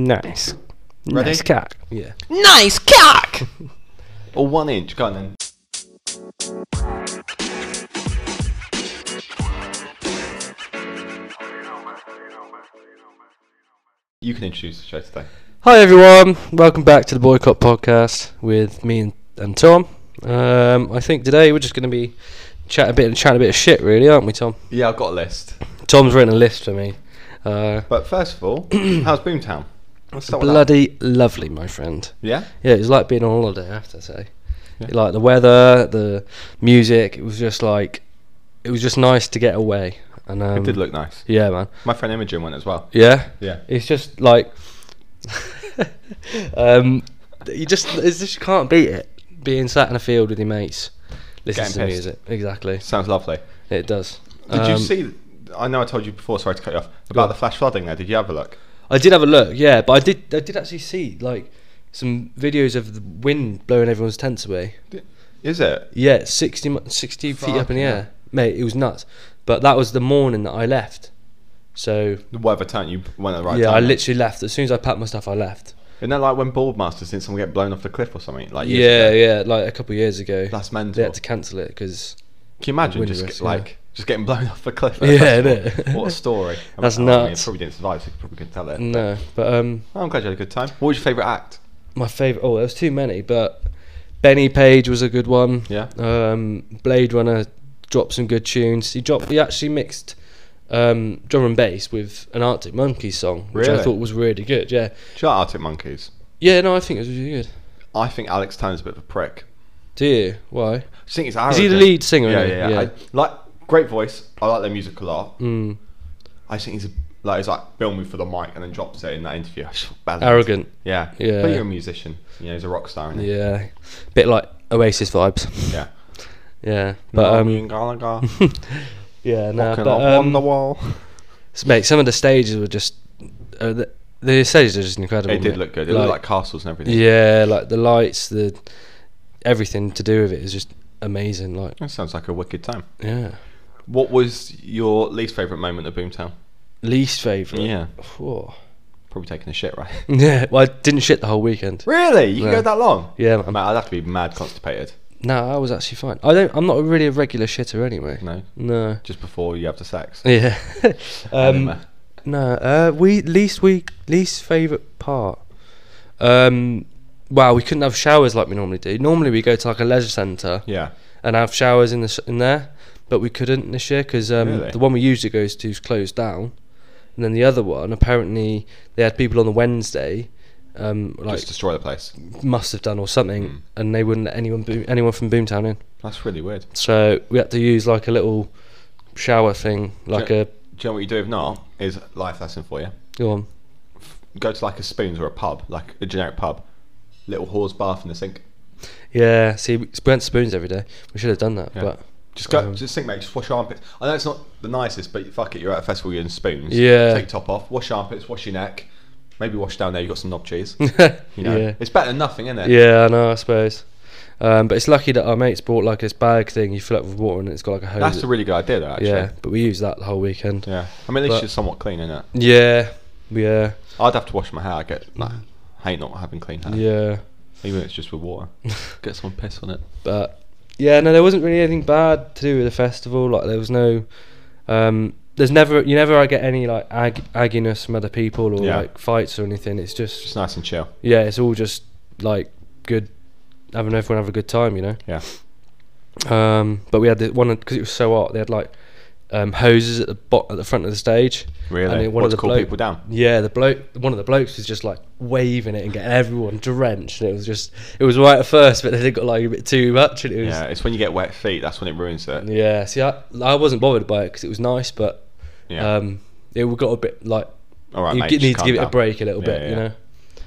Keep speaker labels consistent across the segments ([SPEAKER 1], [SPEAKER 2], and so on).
[SPEAKER 1] Nice.
[SPEAKER 2] Ready?
[SPEAKER 1] Nice cock. Yeah.
[SPEAKER 2] Nice cock! or one inch, go on then. You can introduce the show today.
[SPEAKER 1] Hi everyone. Welcome back to the Boycott Podcast with me and, and Tom. Um, I think today we're just going to be chatting a bit and chatting a bit of shit, really, aren't we, Tom?
[SPEAKER 2] Yeah, I've got a list.
[SPEAKER 1] Tom's written a list for me. Uh,
[SPEAKER 2] But first of all, how's Boomtown? Let's start with that.
[SPEAKER 1] bloody lovely, my friend.
[SPEAKER 2] Yeah?
[SPEAKER 1] Yeah, it was like being on holiday. I have to say,
[SPEAKER 2] Yeah.
[SPEAKER 1] like the weather, the music. It was just like, it was just nice to get away. And um,
[SPEAKER 2] it did look nice.
[SPEAKER 1] Yeah, man.
[SPEAKER 2] My friend Imogen went as well.
[SPEAKER 1] Yeah.
[SPEAKER 2] Yeah.
[SPEAKER 1] It's just like, um, you just it's just you can't beat it. Being sat in a field with your mates, listening
[SPEAKER 2] Getting
[SPEAKER 1] to
[SPEAKER 2] pissed.
[SPEAKER 1] music. Exactly.
[SPEAKER 2] Sounds lovely.
[SPEAKER 1] It does.
[SPEAKER 2] Did you
[SPEAKER 1] Um,
[SPEAKER 2] see? I know I told you before. Sorry to cut you off about
[SPEAKER 1] on.
[SPEAKER 2] the flash flooding. There, did you have a look?
[SPEAKER 1] I did have a look, yeah, but I did I did actually see like some videos of the wind blowing everyone's tents away.
[SPEAKER 2] Is it?
[SPEAKER 1] Yeah, 60, mi- 60 feet up in the
[SPEAKER 2] Fucking hell.
[SPEAKER 1] air. Mate, it was nuts. But that was the morning that I left. So,
[SPEAKER 2] The weather turned. You went at the right
[SPEAKER 1] yeah,
[SPEAKER 2] time.
[SPEAKER 1] I literally left. As soon as I packed my stuff, I left.
[SPEAKER 2] Isn't that like when Boardmasters did someone get blown off the cliff or something? Like years
[SPEAKER 1] Yeah,
[SPEAKER 2] ago?
[SPEAKER 1] yeah, like a couple of years ago.
[SPEAKER 2] That's
[SPEAKER 1] They
[SPEAKER 2] mental.
[SPEAKER 1] had to cancel it because
[SPEAKER 2] Can you imagine
[SPEAKER 1] Wind
[SPEAKER 2] just
[SPEAKER 1] risk,
[SPEAKER 2] get,
[SPEAKER 1] yeah.
[SPEAKER 2] like just getting blown off a cliff?
[SPEAKER 1] Yeah,
[SPEAKER 2] That's-
[SPEAKER 1] innit?
[SPEAKER 2] What a story. I
[SPEAKER 1] That's
[SPEAKER 2] mean, I mean,
[SPEAKER 1] nuts.
[SPEAKER 2] it probably didn't survive. So you probably couldn't tell it.
[SPEAKER 1] no. But um,
[SPEAKER 2] I'm glad you had a good time. What was your favourite act?
[SPEAKER 1] my favorite. Oh, there was too many. But Benny Page was a good one.
[SPEAKER 2] Yeah.
[SPEAKER 1] Um, Blade Runner dropped some good tunes. He dropped. He actually mixed um, drum and bass with an Arctic Monkeys song, which I
[SPEAKER 2] Really?
[SPEAKER 1] thought was really good. Yeah.
[SPEAKER 2] Do you like Arctic Monkeys?
[SPEAKER 1] Yeah. No, I think it was really good.
[SPEAKER 2] I think Alex Turner's a bit of a prick.
[SPEAKER 1] Do you? Why?
[SPEAKER 2] I just think it's
[SPEAKER 1] Is he the
[SPEAKER 2] arrogant.
[SPEAKER 1] lead singer,
[SPEAKER 2] Yeah,
[SPEAKER 1] isn't he?
[SPEAKER 2] yeah. yeah. I,
[SPEAKER 1] Yeah.
[SPEAKER 2] like great voice. I like their music a lot.
[SPEAKER 1] Mm,
[SPEAKER 2] I just think he's a, like he's like Bill moved for the mic and then drops it in that interview. I just felt bad.
[SPEAKER 1] arrogant.
[SPEAKER 2] Yeah.
[SPEAKER 1] Yeah.
[SPEAKER 2] But you're a musician. You know, he's a rock star. Isn't he?
[SPEAKER 1] Yeah. Bit like Oasis vibes.
[SPEAKER 2] Yeah.
[SPEAKER 1] yeah. But
[SPEAKER 2] No,
[SPEAKER 1] um.
[SPEAKER 2] Ian Gallagher,
[SPEAKER 1] Yeah. No.
[SPEAKER 2] walking
[SPEAKER 1] but,
[SPEAKER 2] up
[SPEAKER 1] um,
[SPEAKER 2] Wonderwall.
[SPEAKER 1] S- Mate, some of the stages were just uh, the, the stages are just incredible.
[SPEAKER 2] It did
[SPEAKER 1] mate.
[SPEAKER 2] look good. It looked like castles and everything.
[SPEAKER 1] yeah, like the lights, the everything to do with it is just amazing. Like
[SPEAKER 2] That sounds like a wicked time.
[SPEAKER 1] yeah,
[SPEAKER 2] What was your least favourite moment of Boomtown?
[SPEAKER 1] least favorite.
[SPEAKER 2] Yeah.
[SPEAKER 1] Whoa.
[SPEAKER 2] Probably taking a shit, right?
[SPEAKER 1] Yeah. Well, I didn't shit the whole weekend.
[SPEAKER 2] really? You can
[SPEAKER 1] Yeah.
[SPEAKER 2] go that long?
[SPEAKER 1] Yeah, man.
[SPEAKER 2] Mate, I'd have to be mad constipated.
[SPEAKER 1] No, I was actually fine. I don't. I'm not really a regular shitter anyway.
[SPEAKER 2] No?
[SPEAKER 1] No.
[SPEAKER 2] Just before you have the sex.
[SPEAKER 1] Yeah. um,
[SPEAKER 2] Anyway.
[SPEAKER 1] no. Uh, we least we least favorite part. Um. Wow, we couldn't have showers like we normally do. Normally, we go to like a leisure centre.
[SPEAKER 2] yeah.
[SPEAKER 1] and have showers in the s- in there, but we couldn't this year because um,
[SPEAKER 2] Really?
[SPEAKER 1] the one we usually goes to is closed down, and then the other one apparently they had people on the Wednesday, um, like
[SPEAKER 2] Just Hmm. destroy the place.
[SPEAKER 1] must have done or something, and they wouldn't let anyone boom, anyone from Boomtown in,
[SPEAKER 2] That's really weird.
[SPEAKER 1] so we had to use like a little shower thing, like
[SPEAKER 2] Yeah.
[SPEAKER 1] a
[SPEAKER 2] Do you know what you do if not? Is life lesson for you.
[SPEAKER 1] go on.
[SPEAKER 2] Go to like a spoons or a pub, like a generic pub. Little horse bath in the sink.
[SPEAKER 1] Yeah, see, we went to spoons every day. We should have done that,
[SPEAKER 2] Yeah.
[SPEAKER 1] but
[SPEAKER 2] Just go,
[SPEAKER 1] Um,
[SPEAKER 2] just think, mate. Just wash your armpits. I know it's not the nicest, but fuck it. You're at a festival, you're in spoons.
[SPEAKER 1] Yeah.
[SPEAKER 2] Take top off, wash your armpits, wash your neck. Maybe wash down there. You got some knob cheese. You know,
[SPEAKER 1] Yeah.
[SPEAKER 2] it's better than nothing, isn't it?
[SPEAKER 1] yeah, I know, I suppose. Um, but it's lucky that our mates bought like this bag thing. You fill it up with water, and it's got like a hose.
[SPEAKER 2] That's a really good idea, though. Actually.
[SPEAKER 1] Yeah, but we used that the whole weekend.
[SPEAKER 2] Yeah. I mean, at least
[SPEAKER 1] But-
[SPEAKER 2] it's somewhat clean, isn't it?
[SPEAKER 1] Yeah, yeah,
[SPEAKER 2] I'd have to wash my hair. I get. Nah, hate not having clean hair.
[SPEAKER 1] yeah.
[SPEAKER 2] Even if it's just with water. get some piss on it.
[SPEAKER 1] But yeah, no, there wasn't really anything bad to do with the festival. Like there was no, um, there's never you never I get any like ag- agginess from other people or
[SPEAKER 2] Yeah.
[SPEAKER 1] like fights or anything. It's just
[SPEAKER 2] Just nice and chill.
[SPEAKER 1] yeah, it's all just like good, having everyone have a good time, you know.
[SPEAKER 2] Yeah.
[SPEAKER 1] Um, but we had the one because it was so hot. They had like um, hoses at the bot at the front of the stage.
[SPEAKER 2] Really.
[SPEAKER 1] then
[SPEAKER 2] What
[SPEAKER 1] one of
[SPEAKER 2] to
[SPEAKER 1] the
[SPEAKER 2] cool
[SPEAKER 1] bloke-
[SPEAKER 2] people down?
[SPEAKER 1] Yeah, the bloke, one of the blokes was just like waving it and getting everyone drenched. And it was just, it was right at first, but then it got like a bit too much. And it was,
[SPEAKER 2] Yeah.
[SPEAKER 1] yeah.
[SPEAKER 2] It's when you get wet feet. That's when it ruins it.
[SPEAKER 1] see, I, I wasn't bothered by it because it was nice, but
[SPEAKER 2] Yeah.
[SPEAKER 1] um, it got a bit like,
[SPEAKER 2] All right,
[SPEAKER 1] you
[SPEAKER 2] mate.
[SPEAKER 1] g-
[SPEAKER 2] just
[SPEAKER 1] need to
[SPEAKER 2] calm
[SPEAKER 1] give it a
[SPEAKER 2] down.
[SPEAKER 1] break a little
[SPEAKER 2] Yeah,
[SPEAKER 1] bit,
[SPEAKER 2] yeah,
[SPEAKER 1] you
[SPEAKER 2] yeah.
[SPEAKER 1] know?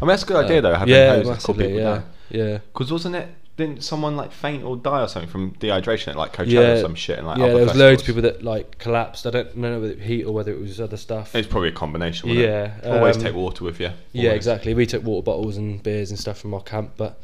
[SPEAKER 2] I mean, that's a good idea though. Having
[SPEAKER 1] yeah,
[SPEAKER 2] hoses that cool
[SPEAKER 1] massively,
[SPEAKER 2] people
[SPEAKER 1] yeah.
[SPEAKER 2] down.
[SPEAKER 1] Yeah.
[SPEAKER 2] Because wasn't it? Didn't someone like faint or die or something from dehydration at like Coachella or
[SPEAKER 1] Yeah.
[SPEAKER 2] some shit? And like
[SPEAKER 1] yeah,
[SPEAKER 2] other
[SPEAKER 1] there was loads of people
[SPEAKER 2] festivals?
[SPEAKER 1] that like collapsed. I don't know whether it was heat or whether it was other stuff.
[SPEAKER 2] It's probably a combination. Wasn't It?
[SPEAKER 1] Yeah,
[SPEAKER 2] Always
[SPEAKER 1] um,
[SPEAKER 2] take water with you. Always.
[SPEAKER 1] Yeah, exactly. We took water bottles and beers and stuff from our camp, but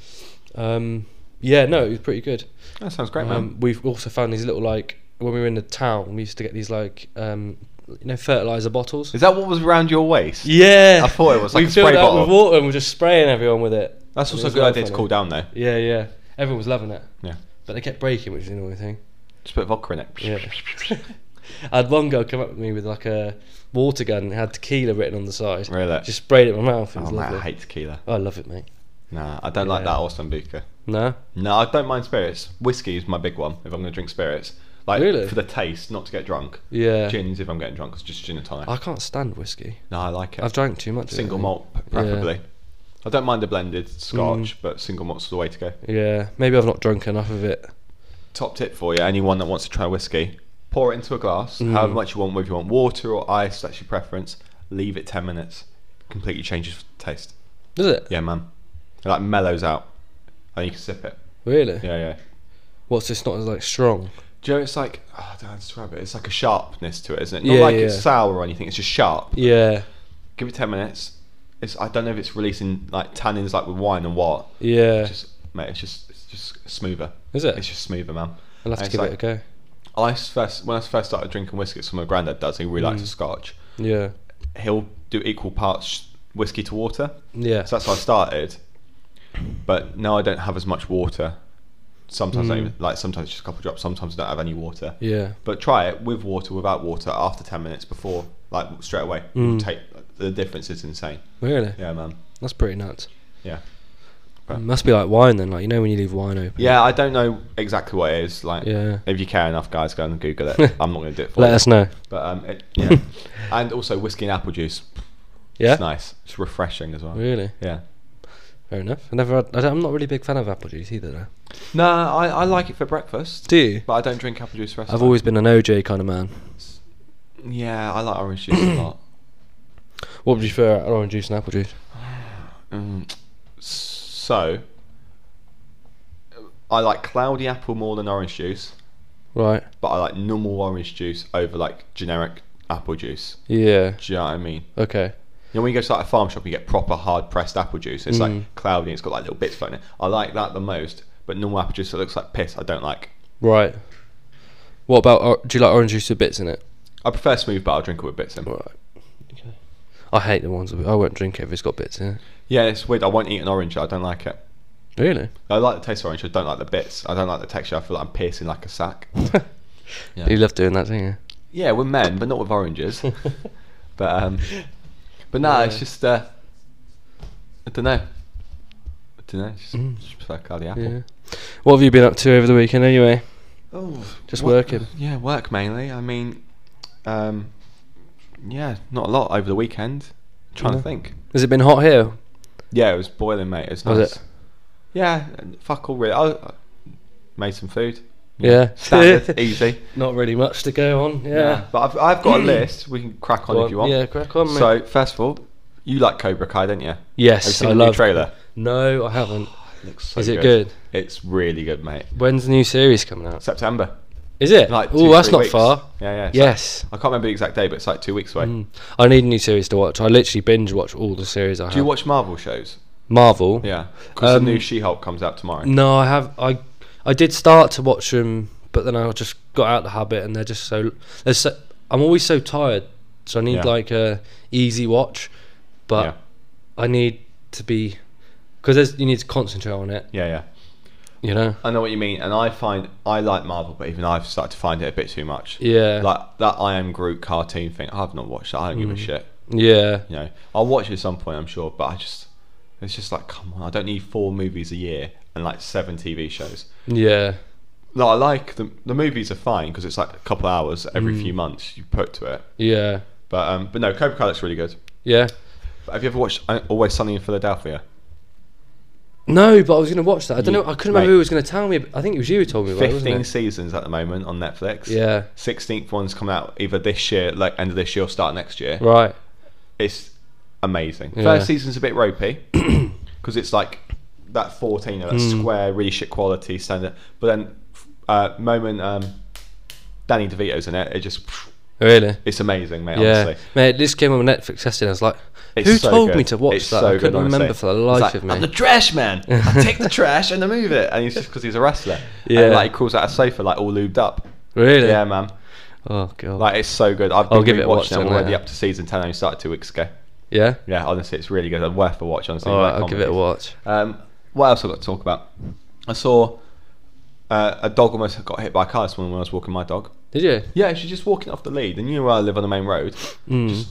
[SPEAKER 1] um, yeah, no, it was pretty good.
[SPEAKER 2] That sounds great, man.
[SPEAKER 1] Um, we've also found these little like when we were in the town, we used to get these like um, you know, fertilizer bottles.
[SPEAKER 2] Is that what was around your waist?
[SPEAKER 1] Yeah.
[SPEAKER 2] I thought it was like
[SPEAKER 1] we
[SPEAKER 2] a
[SPEAKER 1] filled
[SPEAKER 2] spray
[SPEAKER 1] it up with
[SPEAKER 2] bottle.
[SPEAKER 1] water and we're just spraying everyone with it.
[SPEAKER 2] That's
[SPEAKER 1] It
[SPEAKER 2] also a
[SPEAKER 1] was
[SPEAKER 2] good
[SPEAKER 1] well
[SPEAKER 2] idea to
[SPEAKER 1] funny.
[SPEAKER 2] cool down though.
[SPEAKER 1] Yeah, yeah. Everyone was loving it.
[SPEAKER 2] Yeah.
[SPEAKER 1] But they kept breaking, which is the annoying thing.
[SPEAKER 2] Just put vodka in it.
[SPEAKER 1] Yeah. I had one girl come up to me with like a water gun. It had tequila written on the side.
[SPEAKER 2] Really?
[SPEAKER 1] Just sprayed it in my mouth. It was
[SPEAKER 2] oh, man,
[SPEAKER 1] lovely.
[SPEAKER 2] I hate tequila.
[SPEAKER 1] Oh, I love it, mate.
[SPEAKER 2] Nah, I don't like
[SPEAKER 1] Yeah.
[SPEAKER 2] that or Sambuca.
[SPEAKER 1] No.
[SPEAKER 2] No, I don't mind spirits. Whiskey is my big one if I'm going to drink spirits. Like
[SPEAKER 1] Really?
[SPEAKER 2] for the taste, not to get drunk.
[SPEAKER 1] Yeah.
[SPEAKER 2] Gins if I'm getting drunk, it's just gin and tonic.
[SPEAKER 1] I can't stand whiskey.
[SPEAKER 2] no, I like it.
[SPEAKER 1] I've drank too much. of it,
[SPEAKER 2] single
[SPEAKER 1] I think.
[SPEAKER 2] malt, p- preferably. I don't mind a blended
[SPEAKER 1] Mm.
[SPEAKER 2] scotch, but single malt's the way to go.
[SPEAKER 1] Yeah. Maybe I've not drunk enough of it.
[SPEAKER 2] Top tip for you: anyone that wants to try whiskey, pour it into a glass,
[SPEAKER 1] Mm.
[SPEAKER 2] however much you want, whether you want water or ice, that's your preference. Leave it ten minutes. Completely changes taste.
[SPEAKER 1] Does it?
[SPEAKER 2] Yeah, man. It like mellows out, and you can sip it.
[SPEAKER 1] Really?
[SPEAKER 2] Yeah, yeah.
[SPEAKER 1] What's this? Not as like strong.
[SPEAKER 2] Do you know, it's like oh, I don't know how to describe it. It's like a sharpness to it, isn't it? Not
[SPEAKER 1] Yeah,
[SPEAKER 2] like
[SPEAKER 1] yeah.
[SPEAKER 2] it's sour or anything. It's just sharp.
[SPEAKER 1] Yeah.
[SPEAKER 2] Give it ten minutes. It's I don't know if it's releasing like tannins like with wine and what.
[SPEAKER 1] Yeah.
[SPEAKER 2] It's just mate, it's just it's just smoother.
[SPEAKER 1] Is it?
[SPEAKER 2] It's just smoother, man.
[SPEAKER 1] I'll have to
[SPEAKER 2] it's
[SPEAKER 1] give
[SPEAKER 2] like-
[SPEAKER 1] it a go.
[SPEAKER 2] I s- first when I first started drinking whiskey, it's what my granddad does. He really likes
[SPEAKER 1] Mm.
[SPEAKER 2] a scotch.
[SPEAKER 1] Yeah.
[SPEAKER 2] He'll do equal parts whiskey to water.
[SPEAKER 1] Yeah.
[SPEAKER 2] So that's how I started. But now I don't have as much water. Sometimes I
[SPEAKER 1] Mm.
[SPEAKER 2] even, like sometimes just a couple drops. Sometimes I don't have any water.
[SPEAKER 1] yeah.
[SPEAKER 2] But try it with water, without water, after ten minutes, before like straight away.
[SPEAKER 1] Mm.
[SPEAKER 2] Take the difference is insane.
[SPEAKER 1] Really?
[SPEAKER 2] Yeah, man.
[SPEAKER 1] That's pretty nuts.
[SPEAKER 2] Yeah. Right.
[SPEAKER 1] Must be like wine then, like you know when you leave wine open.
[SPEAKER 2] Yeah, I don't know exactly what it is. Like,
[SPEAKER 1] Yeah.
[SPEAKER 2] if you care enough, guys, go and Google it. I'm not going to do it for
[SPEAKER 1] Let
[SPEAKER 2] you.
[SPEAKER 1] us know.
[SPEAKER 2] But um, it, yeah, and also whiskey and apple juice.
[SPEAKER 1] Yeah.
[SPEAKER 2] It's nice. It's refreshing as well.
[SPEAKER 1] Really?
[SPEAKER 2] Yeah.
[SPEAKER 1] Fair enough. I never had, I don't- I'm not really a big fan of apple juice either though.
[SPEAKER 2] No, I, I like it for breakfast,
[SPEAKER 1] Do you?
[SPEAKER 2] but I don't drink apple juice for the rest of
[SPEAKER 1] I've
[SPEAKER 2] the
[SPEAKER 1] always been an OJ kind of man.
[SPEAKER 2] time. Yeah, I like orange juice a lot.
[SPEAKER 1] What would you prefer, orange juice and apple juice?
[SPEAKER 2] Mm. So, I like cloudy apple more than orange juice,
[SPEAKER 1] Right.
[SPEAKER 2] but I like normal orange juice over like generic apple juice.
[SPEAKER 1] Yeah.
[SPEAKER 2] Do you know what I mean?
[SPEAKER 1] Okay.
[SPEAKER 2] You know, when you go to like a farm shop, you get proper hard pressed apple juice. It's
[SPEAKER 1] Mm.
[SPEAKER 2] like cloudy. and It's got like little bits floating. in it. I like that the most. But normal apple juice that looks like piss, I don't like.
[SPEAKER 1] Right. What about or, do you like orange juice with bits in it?
[SPEAKER 2] I prefer smooth, but I'll drink it with bits in.
[SPEAKER 1] Right. Okay. I hate the ones with I won't drink it if it's got bits in it.
[SPEAKER 2] Yeah, it's weird. I won't eat an orange. I don't like it.
[SPEAKER 1] Really?
[SPEAKER 2] I like the taste of orange. I don't like the bits. I don't like the texture. I feel like I'm piercing like a sack. Yeah.
[SPEAKER 1] You love doing that, don't you?
[SPEAKER 2] Yeah, we're men, but not with oranges. but um, but no, it's
[SPEAKER 1] Yeah.
[SPEAKER 2] just uh, I don't know. I don't know. Just, just prefer cloudy apple.
[SPEAKER 1] Mm. Yeah. What have you been up to over the weekend anyway?
[SPEAKER 2] Oh,
[SPEAKER 1] Just
[SPEAKER 2] wo-
[SPEAKER 1] working.
[SPEAKER 2] Yeah, work mainly. I mean, um, yeah, not a lot over the weekend. trying
[SPEAKER 1] No.
[SPEAKER 2] to think.
[SPEAKER 1] Has it been hot here?
[SPEAKER 2] Yeah, it was boiling, mate. It was nice.
[SPEAKER 1] Was it?
[SPEAKER 2] Yeah, and fuck all really. I, I made some food.
[SPEAKER 1] Yeah.
[SPEAKER 2] Standard, easy.
[SPEAKER 1] Not really much to go on. Yeah.
[SPEAKER 2] But I've, I've got a list. We can crack on
[SPEAKER 1] Go
[SPEAKER 2] if you want.
[SPEAKER 1] Yeah, crack on, mate.
[SPEAKER 2] So first of all, you like Cobra Kai, don't you? Have you
[SPEAKER 1] yes,
[SPEAKER 2] seen
[SPEAKER 1] I
[SPEAKER 2] the new
[SPEAKER 1] love.
[SPEAKER 2] trailer?
[SPEAKER 1] No, I haven't.
[SPEAKER 2] It looks so
[SPEAKER 1] Is it good?
[SPEAKER 2] It's really good, mate.
[SPEAKER 1] When's the new series coming out?
[SPEAKER 2] September.
[SPEAKER 1] Is it?
[SPEAKER 2] Like two,
[SPEAKER 1] oh, that's
[SPEAKER 2] three
[SPEAKER 1] not
[SPEAKER 2] weeks.
[SPEAKER 1] far.
[SPEAKER 2] Yeah, yeah. it's like-
[SPEAKER 1] Yes.
[SPEAKER 2] I can't remember the exact day, but it's like two weeks away.
[SPEAKER 1] Mm. I need a new series to watch. I literally binge watch all the series I have.
[SPEAKER 2] Do you watch Marvel shows?
[SPEAKER 1] Marvel?
[SPEAKER 2] Yeah, because
[SPEAKER 1] Um, mm,
[SPEAKER 2] the new She-Hulk comes out tomorrow.
[SPEAKER 1] No, I have. I I did start to watch them, but then I just got out of the habit, and they're just so. They're so I'm always so tired, so I need
[SPEAKER 2] Yeah.
[SPEAKER 1] like a easy watch, but
[SPEAKER 2] Yeah.
[SPEAKER 1] I need to be because you need to concentrate on it.
[SPEAKER 2] Yeah, yeah.
[SPEAKER 1] You know.
[SPEAKER 2] I know what you mean, and I find I like Marvel, but even I've started to find it a bit too much.
[SPEAKER 1] Yeah.
[SPEAKER 2] Like that I Am Groot cartoon thing. I've not watched that. I don't give
[SPEAKER 1] Mm.
[SPEAKER 2] a shit.
[SPEAKER 1] yeah.
[SPEAKER 2] You know, I'll watch it at some point, I'm sure. But I just, it's just like, come on, I don't need four movies a year and like seven TV shows.
[SPEAKER 1] Yeah.
[SPEAKER 2] No, I like the the movies are fine because it's like a couple hours every few
[SPEAKER 1] Mm.
[SPEAKER 2] months you put to it.
[SPEAKER 1] Yeah.
[SPEAKER 2] But um, but no, Cobra Kai looks really good.
[SPEAKER 1] Yeah.
[SPEAKER 2] But have you ever watched uh, Always Sunny in Philadelphia?
[SPEAKER 1] No, but I was gonna watch that. I don't
[SPEAKER 2] You-
[SPEAKER 1] know. I couldn't remember
[SPEAKER 2] mate.
[SPEAKER 1] who was gonna tell me. ab- I think it was you who told me about it.
[SPEAKER 2] Fifteen
[SPEAKER 1] Wasn't
[SPEAKER 2] seasons at the moment on Netflix.
[SPEAKER 1] it? Yeah.
[SPEAKER 2] Sixteenth one's coming out either this year, like end of this year, or start next year.
[SPEAKER 1] Right.
[SPEAKER 2] It's amazing.
[SPEAKER 1] Yeah.
[SPEAKER 2] First season's a bit ropey because it's like that fourteen, that
[SPEAKER 1] Hmm.
[SPEAKER 2] square, really shit quality standard. But then uh, moment um, Danny DeVito's in it, it just
[SPEAKER 1] Really.
[SPEAKER 2] it's amazing, mate.
[SPEAKER 1] Yeah,
[SPEAKER 2] Honestly.
[SPEAKER 1] mate. This came on Netflix yesterday. and I was like,
[SPEAKER 2] It's
[SPEAKER 1] "Who
[SPEAKER 2] so
[SPEAKER 1] told
[SPEAKER 2] good.
[SPEAKER 1] me to watch
[SPEAKER 2] It's
[SPEAKER 1] that?"
[SPEAKER 2] so
[SPEAKER 1] I
[SPEAKER 2] good,
[SPEAKER 1] couldn't remember
[SPEAKER 2] honestly.
[SPEAKER 1] for the
[SPEAKER 2] It's
[SPEAKER 1] life
[SPEAKER 2] like,
[SPEAKER 1] of me.
[SPEAKER 2] I'm the trash man. I take the trash and I move it. And he's just because he's a wrestler.
[SPEAKER 1] Yeah.
[SPEAKER 2] And like he crawls out a sofa like all lubed up.
[SPEAKER 1] Really?
[SPEAKER 2] Yeah, man.
[SPEAKER 1] Oh god.
[SPEAKER 2] Like it's so good. I've
[SPEAKER 1] I'll
[SPEAKER 2] been
[SPEAKER 1] give it a watch
[SPEAKER 2] watching it
[SPEAKER 1] then
[SPEAKER 2] already
[SPEAKER 1] later.
[SPEAKER 2] up to season ten. I only started two weeks ago.
[SPEAKER 1] yeah.
[SPEAKER 2] Yeah, honestly, it's really good. It's worth a watch. Honestly,
[SPEAKER 1] All
[SPEAKER 2] like
[SPEAKER 1] right, I'll give it a
[SPEAKER 2] comedies.
[SPEAKER 1] watch.
[SPEAKER 2] Um, what else I got to talk about? I saw uh, a dog almost got hit by a car this morning when I was walking my dog.
[SPEAKER 1] Did you?
[SPEAKER 2] Yeah, she's just walking off the lead, and you know where I live on the main road.
[SPEAKER 1] Mm.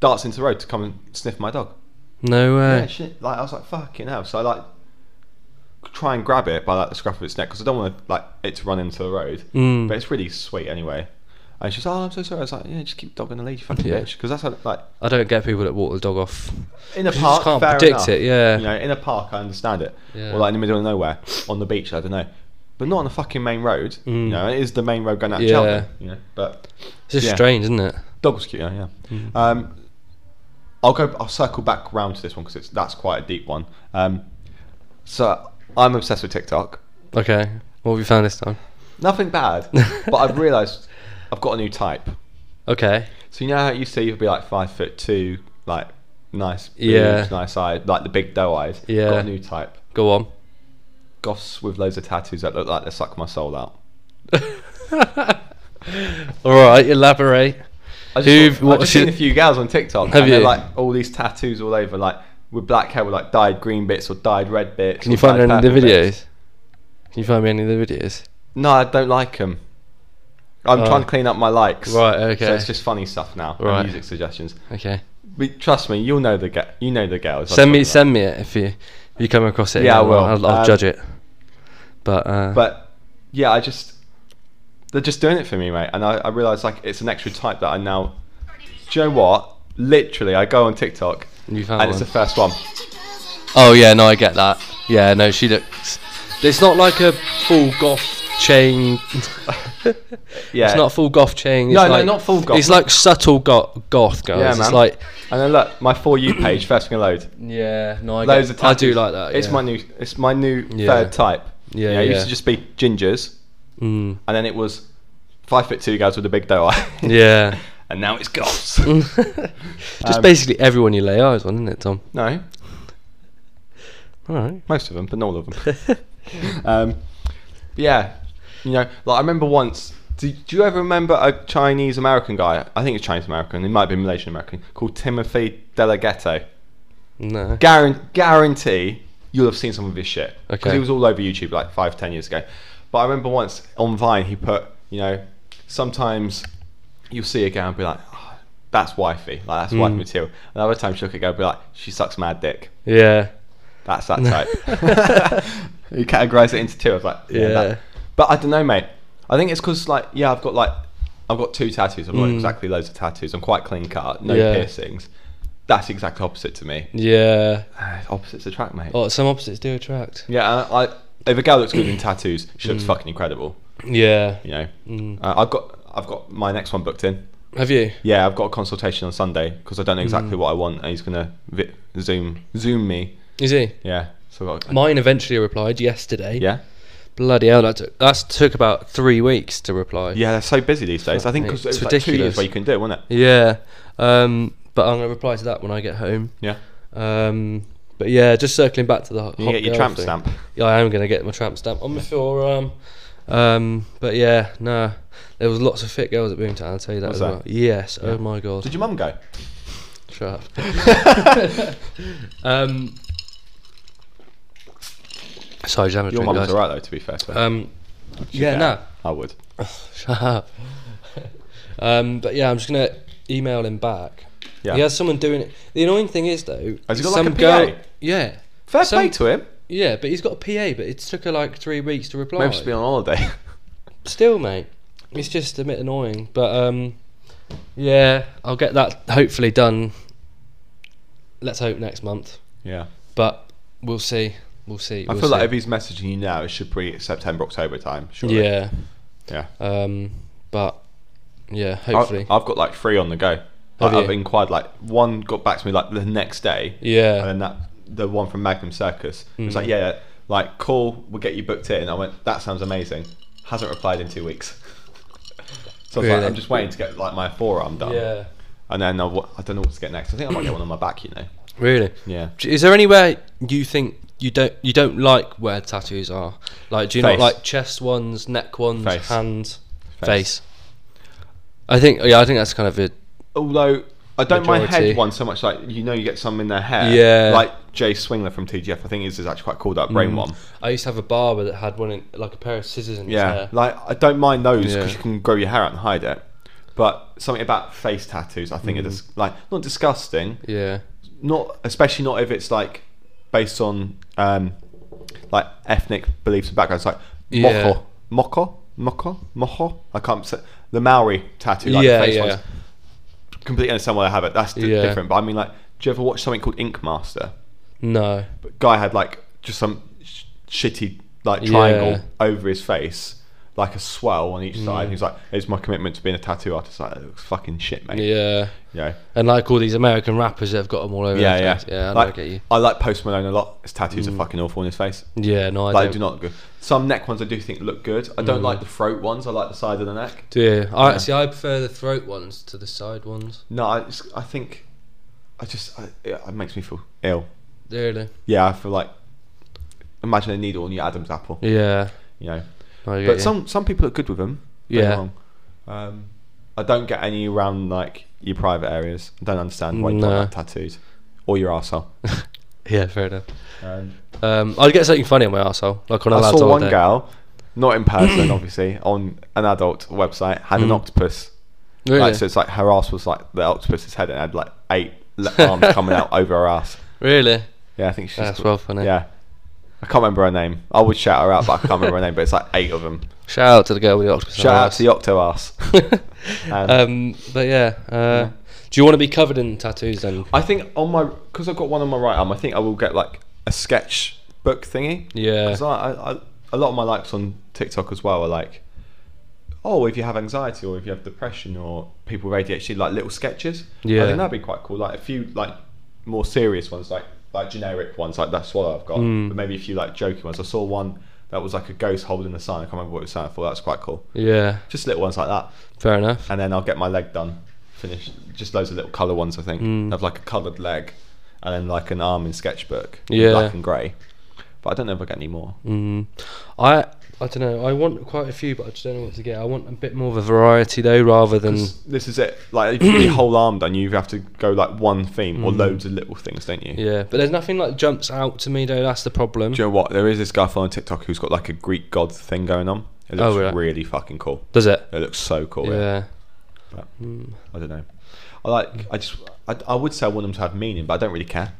[SPEAKER 2] Darts into the road to come and sniff my dog.
[SPEAKER 1] No way.
[SPEAKER 2] Yeah, shit. Like I was like, fucking hell. So I like try and grab it by like the scruff of its neck because I don't want to like it to run into the road.
[SPEAKER 1] Mm.
[SPEAKER 2] But it's really sweet anyway. And she's, oh, I'm so sorry. I was like, yeah, just keep dogging the lead, you fucking
[SPEAKER 1] Yeah.
[SPEAKER 2] bitch. Because that's how, like
[SPEAKER 1] I don't get people that walk the dog off.
[SPEAKER 2] in a
[SPEAKER 1] 'Cause you
[SPEAKER 2] park.
[SPEAKER 1] just can't
[SPEAKER 2] fair
[SPEAKER 1] predict
[SPEAKER 2] enough.
[SPEAKER 1] it. Yeah.
[SPEAKER 2] You know, in a park, I understand it.
[SPEAKER 1] Yeah.
[SPEAKER 2] Or like in the middle of nowhere, on the beach, I don't know. But not on the fucking main road. You
[SPEAKER 1] Mm.
[SPEAKER 2] know, it is the main road going out to
[SPEAKER 1] Yeah.
[SPEAKER 2] Cheltenham. You know, but
[SPEAKER 1] it's just
[SPEAKER 2] yeah.
[SPEAKER 1] strange, isn't it?
[SPEAKER 2] dog was cute. Yeah. yeah.
[SPEAKER 1] Mm.
[SPEAKER 2] Um, I'll go. I'll circle back round to this one because it's that's quite a deep one. Um, so I'm obsessed with TikTok.
[SPEAKER 1] Okay. What have you found this time?
[SPEAKER 2] Nothing bad, but I've realised I've got a new type.
[SPEAKER 1] Okay.
[SPEAKER 2] So you know how it used to you'd be like five foot two, like nice boobs,
[SPEAKER 1] Yeah.
[SPEAKER 2] nice eyes, like the big doe eyes.
[SPEAKER 1] Yeah.
[SPEAKER 2] Got a new type.
[SPEAKER 1] Go on.
[SPEAKER 2] Goths with loads of tattoos that look like they suck my soul out.
[SPEAKER 1] All right. Elaborate.
[SPEAKER 2] I just,
[SPEAKER 1] Who've-
[SPEAKER 2] saw-
[SPEAKER 1] what-
[SPEAKER 2] I've just
[SPEAKER 1] she-
[SPEAKER 2] seen a few girls on TikTok.
[SPEAKER 1] Have
[SPEAKER 2] and they're
[SPEAKER 1] you?
[SPEAKER 2] Like all these tattoos all over, like with black hair with like dyed green bits or dyed red bits.
[SPEAKER 1] Can you
[SPEAKER 2] or
[SPEAKER 1] find
[SPEAKER 2] dyed
[SPEAKER 1] any of the
[SPEAKER 2] purple bits.
[SPEAKER 1] videos? Can you find me any of the videos?
[SPEAKER 2] No, I don't like them. I'm
[SPEAKER 1] Oh.
[SPEAKER 2] trying to clean up my likes.
[SPEAKER 1] Right, okay.
[SPEAKER 2] So it's just funny stuff now. and
[SPEAKER 1] Right.
[SPEAKER 2] music suggestions.
[SPEAKER 1] Okay.
[SPEAKER 2] But trust me, you'll know the ga- you know the girls. I'm
[SPEAKER 1] send me
[SPEAKER 2] talking
[SPEAKER 1] send me it if you if you come across it.
[SPEAKER 2] Yeah, I
[SPEAKER 1] again,
[SPEAKER 2] will.
[SPEAKER 1] I'll, I'll
[SPEAKER 2] Um,
[SPEAKER 1] judge it. But uh,
[SPEAKER 2] about. But yeah, I just they're just doing it for me, mate. And I, I realize like it's an extra type that I now. Do you know what? Literally, I go on TikTok
[SPEAKER 1] you
[SPEAKER 2] and
[SPEAKER 1] found one.
[SPEAKER 2] it's the first one.
[SPEAKER 1] oh yeah, no, I get that. Yeah, no, she looks. It's not like a full goth chain.
[SPEAKER 2] Yeah.
[SPEAKER 1] It's not full goth chain. It's
[SPEAKER 2] No, no,
[SPEAKER 1] like,
[SPEAKER 2] not full goth.
[SPEAKER 1] It's like subtle go- goth, guys.
[SPEAKER 2] Yeah, man.
[SPEAKER 1] It's like
[SPEAKER 2] And then look, my for you page, first thing I load.
[SPEAKER 1] yeah, no, I,
[SPEAKER 2] Loads of
[SPEAKER 1] I
[SPEAKER 2] tattoos.
[SPEAKER 1] do like that.
[SPEAKER 2] It's
[SPEAKER 1] yeah.
[SPEAKER 2] my new. It's my new
[SPEAKER 1] Yeah.
[SPEAKER 2] third type.
[SPEAKER 1] Yeah,
[SPEAKER 2] You know, It
[SPEAKER 1] yeah.
[SPEAKER 2] used to just be gingers,
[SPEAKER 1] Mm,
[SPEAKER 2] and then it was five foot two guys with a big doe eye.
[SPEAKER 1] yeah. Mm.
[SPEAKER 2] and now it's goths.
[SPEAKER 1] Just
[SPEAKER 2] Um,
[SPEAKER 1] basically everyone you lay eyes on, isn't it, Tom?
[SPEAKER 2] no,
[SPEAKER 1] All right.
[SPEAKER 2] most of them, but not all of them. um, but yeah, you know, like I remember once. Do, do you ever remember a Chinese American guy? I think it's Chinese American. It might be Malaysian American. Called Timothy Delaghetto.
[SPEAKER 1] No.
[SPEAKER 2] Guaran- guarantee you'll have seen some of his shit because
[SPEAKER 1] Okay.
[SPEAKER 2] he was all over YouTube like five, ten years ago. But I remember once on Vine he put, you know, sometimes you'll see a girl and be like, "Oh, "That's wifey, like that's
[SPEAKER 1] Hmm.
[SPEAKER 2] wife material." And other times she'll look at a girl and be like, "She sucks mad dick."
[SPEAKER 1] Yeah.
[SPEAKER 2] That's that type. you categorize it into two. I was like, yeah. that-
[SPEAKER 1] Yeah.
[SPEAKER 2] But I don't know, mate. I think it's because like, yeah, I've got like, I've got two tattoos. I've got exactly loads of tattoos. I'm quite clean cut, no
[SPEAKER 1] Hmm. Yeah.
[SPEAKER 2] piercings. That's exact opposite to me.
[SPEAKER 1] Yeah.
[SPEAKER 2] Uh, opposites attract, mate.
[SPEAKER 1] Oh, some opposites do attract.
[SPEAKER 2] Yeah, I, I, if a girl looks good in tattoos, she looks fucking incredible.
[SPEAKER 1] Yeah.
[SPEAKER 2] You know, uh, I've got I've got my next one booked in.
[SPEAKER 1] Have you?
[SPEAKER 2] Yeah, I've got a consultation on Sunday because I don't know exactly what I want, and he's gonna vi- zoom zoom me.
[SPEAKER 1] Is he?
[SPEAKER 2] Yeah, so I've got,
[SPEAKER 1] Mine eventually replied yesterday.
[SPEAKER 2] yeah,
[SPEAKER 1] Bloody hell, that took, that took about three weeks to reply.
[SPEAKER 2] yeah, they're so busy these days. I think
[SPEAKER 1] Mate,
[SPEAKER 2] because
[SPEAKER 1] it's
[SPEAKER 2] it's like two years
[SPEAKER 1] ridiculous.
[SPEAKER 2] where you can do it, wasn't it?
[SPEAKER 1] Yeah. Um, but I'm gonna reply to that when I get home.
[SPEAKER 2] Yeah,
[SPEAKER 1] Um, but yeah, just circling back to the hot
[SPEAKER 2] you can get your
[SPEAKER 1] girl
[SPEAKER 2] tramp
[SPEAKER 1] thing.
[SPEAKER 2] stamp.
[SPEAKER 1] Yeah, I am gonna get my tramp stamp on my forearm. Um, but yeah, no, there was lots of fit girls at Boomtown. I'll tell you that
[SPEAKER 2] Was
[SPEAKER 1] as
[SPEAKER 2] there?
[SPEAKER 1] well. Yes. Oh my god.
[SPEAKER 2] Did your mum go?
[SPEAKER 1] Shut up. um, sorry, just having a
[SPEAKER 2] Your
[SPEAKER 1] drink,
[SPEAKER 2] mum's
[SPEAKER 1] guys.
[SPEAKER 2] alright though, to be fair. To her.
[SPEAKER 1] Um, yeah,
[SPEAKER 2] yeah.
[SPEAKER 1] no.
[SPEAKER 2] I would.
[SPEAKER 1] Shut up. um, but yeah, I'm just gonna email him back.
[SPEAKER 2] Yeah.
[SPEAKER 1] He has someone doing it. The annoying thing is though,
[SPEAKER 2] Has he got, like,
[SPEAKER 1] some
[SPEAKER 2] a PA?
[SPEAKER 1] girl. Yeah.
[SPEAKER 2] Fair
[SPEAKER 1] Some-
[SPEAKER 2] play to him.
[SPEAKER 1] Yeah, but he's got a PA, but it took her like three weeks to reply.
[SPEAKER 2] Maybe she's been on holiday.
[SPEAKER 1] Still, mate, it's just a bit annoying. But um, yeah, I'll get that hopefully done. Let's hope next month.
[SPEAKER 2] yeah.
[SPEAKER 1] But we'll see. We'll see.
[SPEAKER 2] I
[SPEAKER 1] we'll
[SPEAKER 2] feel
[SPEAKER 1] see.
[SPEAKER 2] like if he's messaging you now, it should be September, October time. Surely.
[SPEAKER 1] yeah.
[SPEAKER 2] Yeah.
[SPEAKER 1] Um, but yeah,
[SPEAKER 2] I-
[SPEAKER 1] hopefully.
[SPEAKER 2] I've got like three on the go.
[SPEAKER 1] Have
[SPEAKER 2] Like, I've
[SPEAKER 1] you?
[SPEAKER 2] inquired like one got back to me like the next day, and
[SPEAKER 1] yeah. Mm.
[SPEAKER 2] then that the one from Magnum Circus it was like, yeah, like cool, we'll get you booked in. I went, that sounds amazing. Hasn't replied in two weeks. so I was like,
[SPEAKER 1] Really?
[SPEAKER 2] I'm just waiting to get like my forearm done,
[SPEAKER 1] Yeah.
[SPEAKER 2] and then I, I don't know what to get next. I think I might get one on my back, you know.
[SPEAKER 1] Really.
[SPEAKER 2] Yeah.
[SPEAKER 1] D- Is there anywhere you think you don't you don't like where tattoos are? Like, do you
[SPEAKER 2] Face.
[SPEAKER 1] not like chest ones, neck ones,
[SPEAKER 2] Face.
[SPEAKER 1] hands,
[SPEAKER 2] Face.
[SPEAKER 1] face? I think yeah, I think that's kind of it.
[SPEAKER 2] Although I don't mind
[SPEAKER 1] Majority.
[SPEAKER 2] head one so much, like you know, you get some in their hair.
[SPEAKER 1] Yeah. Mm.
[SPEAKER 2] Like Jay Swingler from TGF, I think his is actually quite cool. That brain one.
[SPEAKER 1] I used to have a barber that had one in, like a pair of scissors in
[SPEAKER 2] Yeah.
[SPEAKER 1] his hair.
[SPEAKER 2] Like I don't mind those because
[SPEAKER 1] Yeah.
[SPEAKER 2] you can grow your hair out and hide it. But something about face tattoos, I
[SPEAKER 1] Mm.
[SPEAKER 2] think, are dis- like not disgusting,
[SPEAKER 1] yeah.
[SPEAKER 2] not especially not if it's like based on um, like ethnic beliefs and backgrounds, like
[SPEAKER 1] Yeah.
[SPEAKER 2] moho, moho, moho, moho. I can't say the Maori tattoo, like
[SPEAKER 1] Yeah,
[SPEAKER 2] the face
[SPEAKER 1] yeah.
[SPEAKER 2] ones. Completely understand why they have it. That's di-
[SPEAKER 1] Yeah.
[SPEAKER 2] different. But I mean, like, do you ever watch something called Ink Master?
[SPEAKER 1] No.
[SPEAKER 2] But guy had like just some sh- shitty like triangle
[SPEAKER 1] Yeah. Mm.
[SPEAKER 2] over his face. Like a swell on each side. He's like, "It's my commitment to being a tattoo artist." Like, it looks fucking shit, mate.
[SPEAKER 1] Yeah.
[SPEAKER 2] Yeah.
[SPEAKER 1] And like all these American rappers that have got them all over
[SPEAKER 2] Yeah,
[SPEAKER 1] their
[SPEAKER 2] yeah,
[SPEAKER 1] face. Yeah, I
[SPEAKER 2] like,
[SPEAKER 1] don't get you.
[SPEAKER 2] I like Post Malone a lot. His tattoos are fucking awful on his face.
[SPEAKER 1] Yeah, no, I
[SPEAKER 2] Like, I
[SPEAKER 1] don't. Mm.
[SPEAKER 2] do not good. Some neck ones I do think look good. I don't like the throat ones. I like the side of the neck.
[SPEAKER 1] Yeah, I actually I prefer the throat ones to the side ones.
[SPEAKER 2] No, I, just, I think, I just, I, it, it makes me feel ill.
[SPEAKER 1] Really?
[SPEAKER 2] Yeah, I feel like, imagine a needle on your Adam's apple.
[SPEAKER 1] Yeah.
[SPEAKER 2] You know,
[SPEAKER 1] I get
[SPEAKER 2] but
[SPEAKER 1] you.
[SPEAKER 2] some some people look good with them. Don't get
[SPEAKER 1] Yeah.
[SPEAKER 2] me wrong. Um, I don't get any around like your private areas. I don't understand why you
[SPEAKER 1] No.
[SPEAKER 2] don't like tattoos or your arsehole.
[SPEAKER 1] yeah, fair enough.
[SPEAKER 2] Um,
[SPEAKER 1] Um, I'd get something funny on my asshole, like on a
[SPEAKER 2] I
[SPEAKER 1] lad's
[SPEAKER 2] saw one
[SPEAKER 1] holiday.
[SPEAKER 2] girl, not in person, obviously, on an adult website, had an octopus.
[SPEAKER 1] Mm. Really?
[SPEAKER 2] Like, so it's like her ass was like the octopus's head and had like eight le- arms coming out over her ass.
[SPEAKER 1] really?
[SPEAKER 2] Yeah, I think she's.
[SPEAKER 1] That's well funny.
[SPEAKER 2] Yeah. I can't remember her name. I would shout her out, but I can't remember her name, but it's like eight of them.
[SPEAKER 1] Shout out to the girl with the octopus. on
[SPEAKER 2] Shout
[SPEAKER 1] her
[SPEAKER 2] out
[SPEAKER 1] ass.
[SPEAKER 2] to the octo ass. Um,
[SPEAKER 1] Um, but yeah, uh, do you want to be covered in tattoos then?
[SPEAKER 2] I think on my. Because I've got one on my right arm, I think I will get like a sketch book thingy.
[SPEAKER 1] Yeah.
[SPEAKER 2] Because I, I, I, a lot of my likes on TikTok as well are like, oh, if you have anxiety or if you have depression or people with ADHD, like little sketches.
[SPEAKER 1] Yeah.
[SPEAKER 2] I think that'd be quite cool. Like a few like more serious ones, like like generic ones, like that's what I've got.
[SPEAKER 1] Mm.
[SPEAKER 2] But maybe a few like jokey ones. I saw one that was like a ghost holding a sign. I can't remember what it was signed for. That's quite cool.
[SPEAKER 1] Yeah.
[SPEAKER 2] Just little ones like that,
[SPEAKER 1] Fair enough.
[SPEAKER 2] and then I'll get my leg done, finished. Just loads of little color ones. I think
[SPEAKER 1] Mm.
[SPEAKER 2] have like a coloured leg, and then like an arm in sketchbook,
[SPEAKER 1] Yeah. Mm.
[SPEAKER 2] black and grey. But I don't know if I get any more.
[SPEAKER 1] I I don't know. I want quite a few, but I just don't know what to get. I want a bit more of a variety though, rather than
[SPEAKER 2] this is it. Like if you get your whole arm done, you have to go like one theme or loads of little things, don't you?
[SPEAKER 1] Mm. yeah. But there's nothing like jumps out to me though. That's the problem.
[SPEAKER 2] Do you know what? There is this guy I follow on TikTok who's got like a Greek god thing going on. It
[SPEAKER 1] Oh,
[SPEAKER 2] looks
[SPEAKER 1] right.
[SPEAKER 2] really fucking cool.
[SPEAKER 1] Does it?
[SPEAKER 2] It looks so cool. Yeah.
[SPEAKER 1] Yeah.
[SPEAKER 2] I don't know. I like. I just. I, I would say I want them to have meaning, but I don't really care.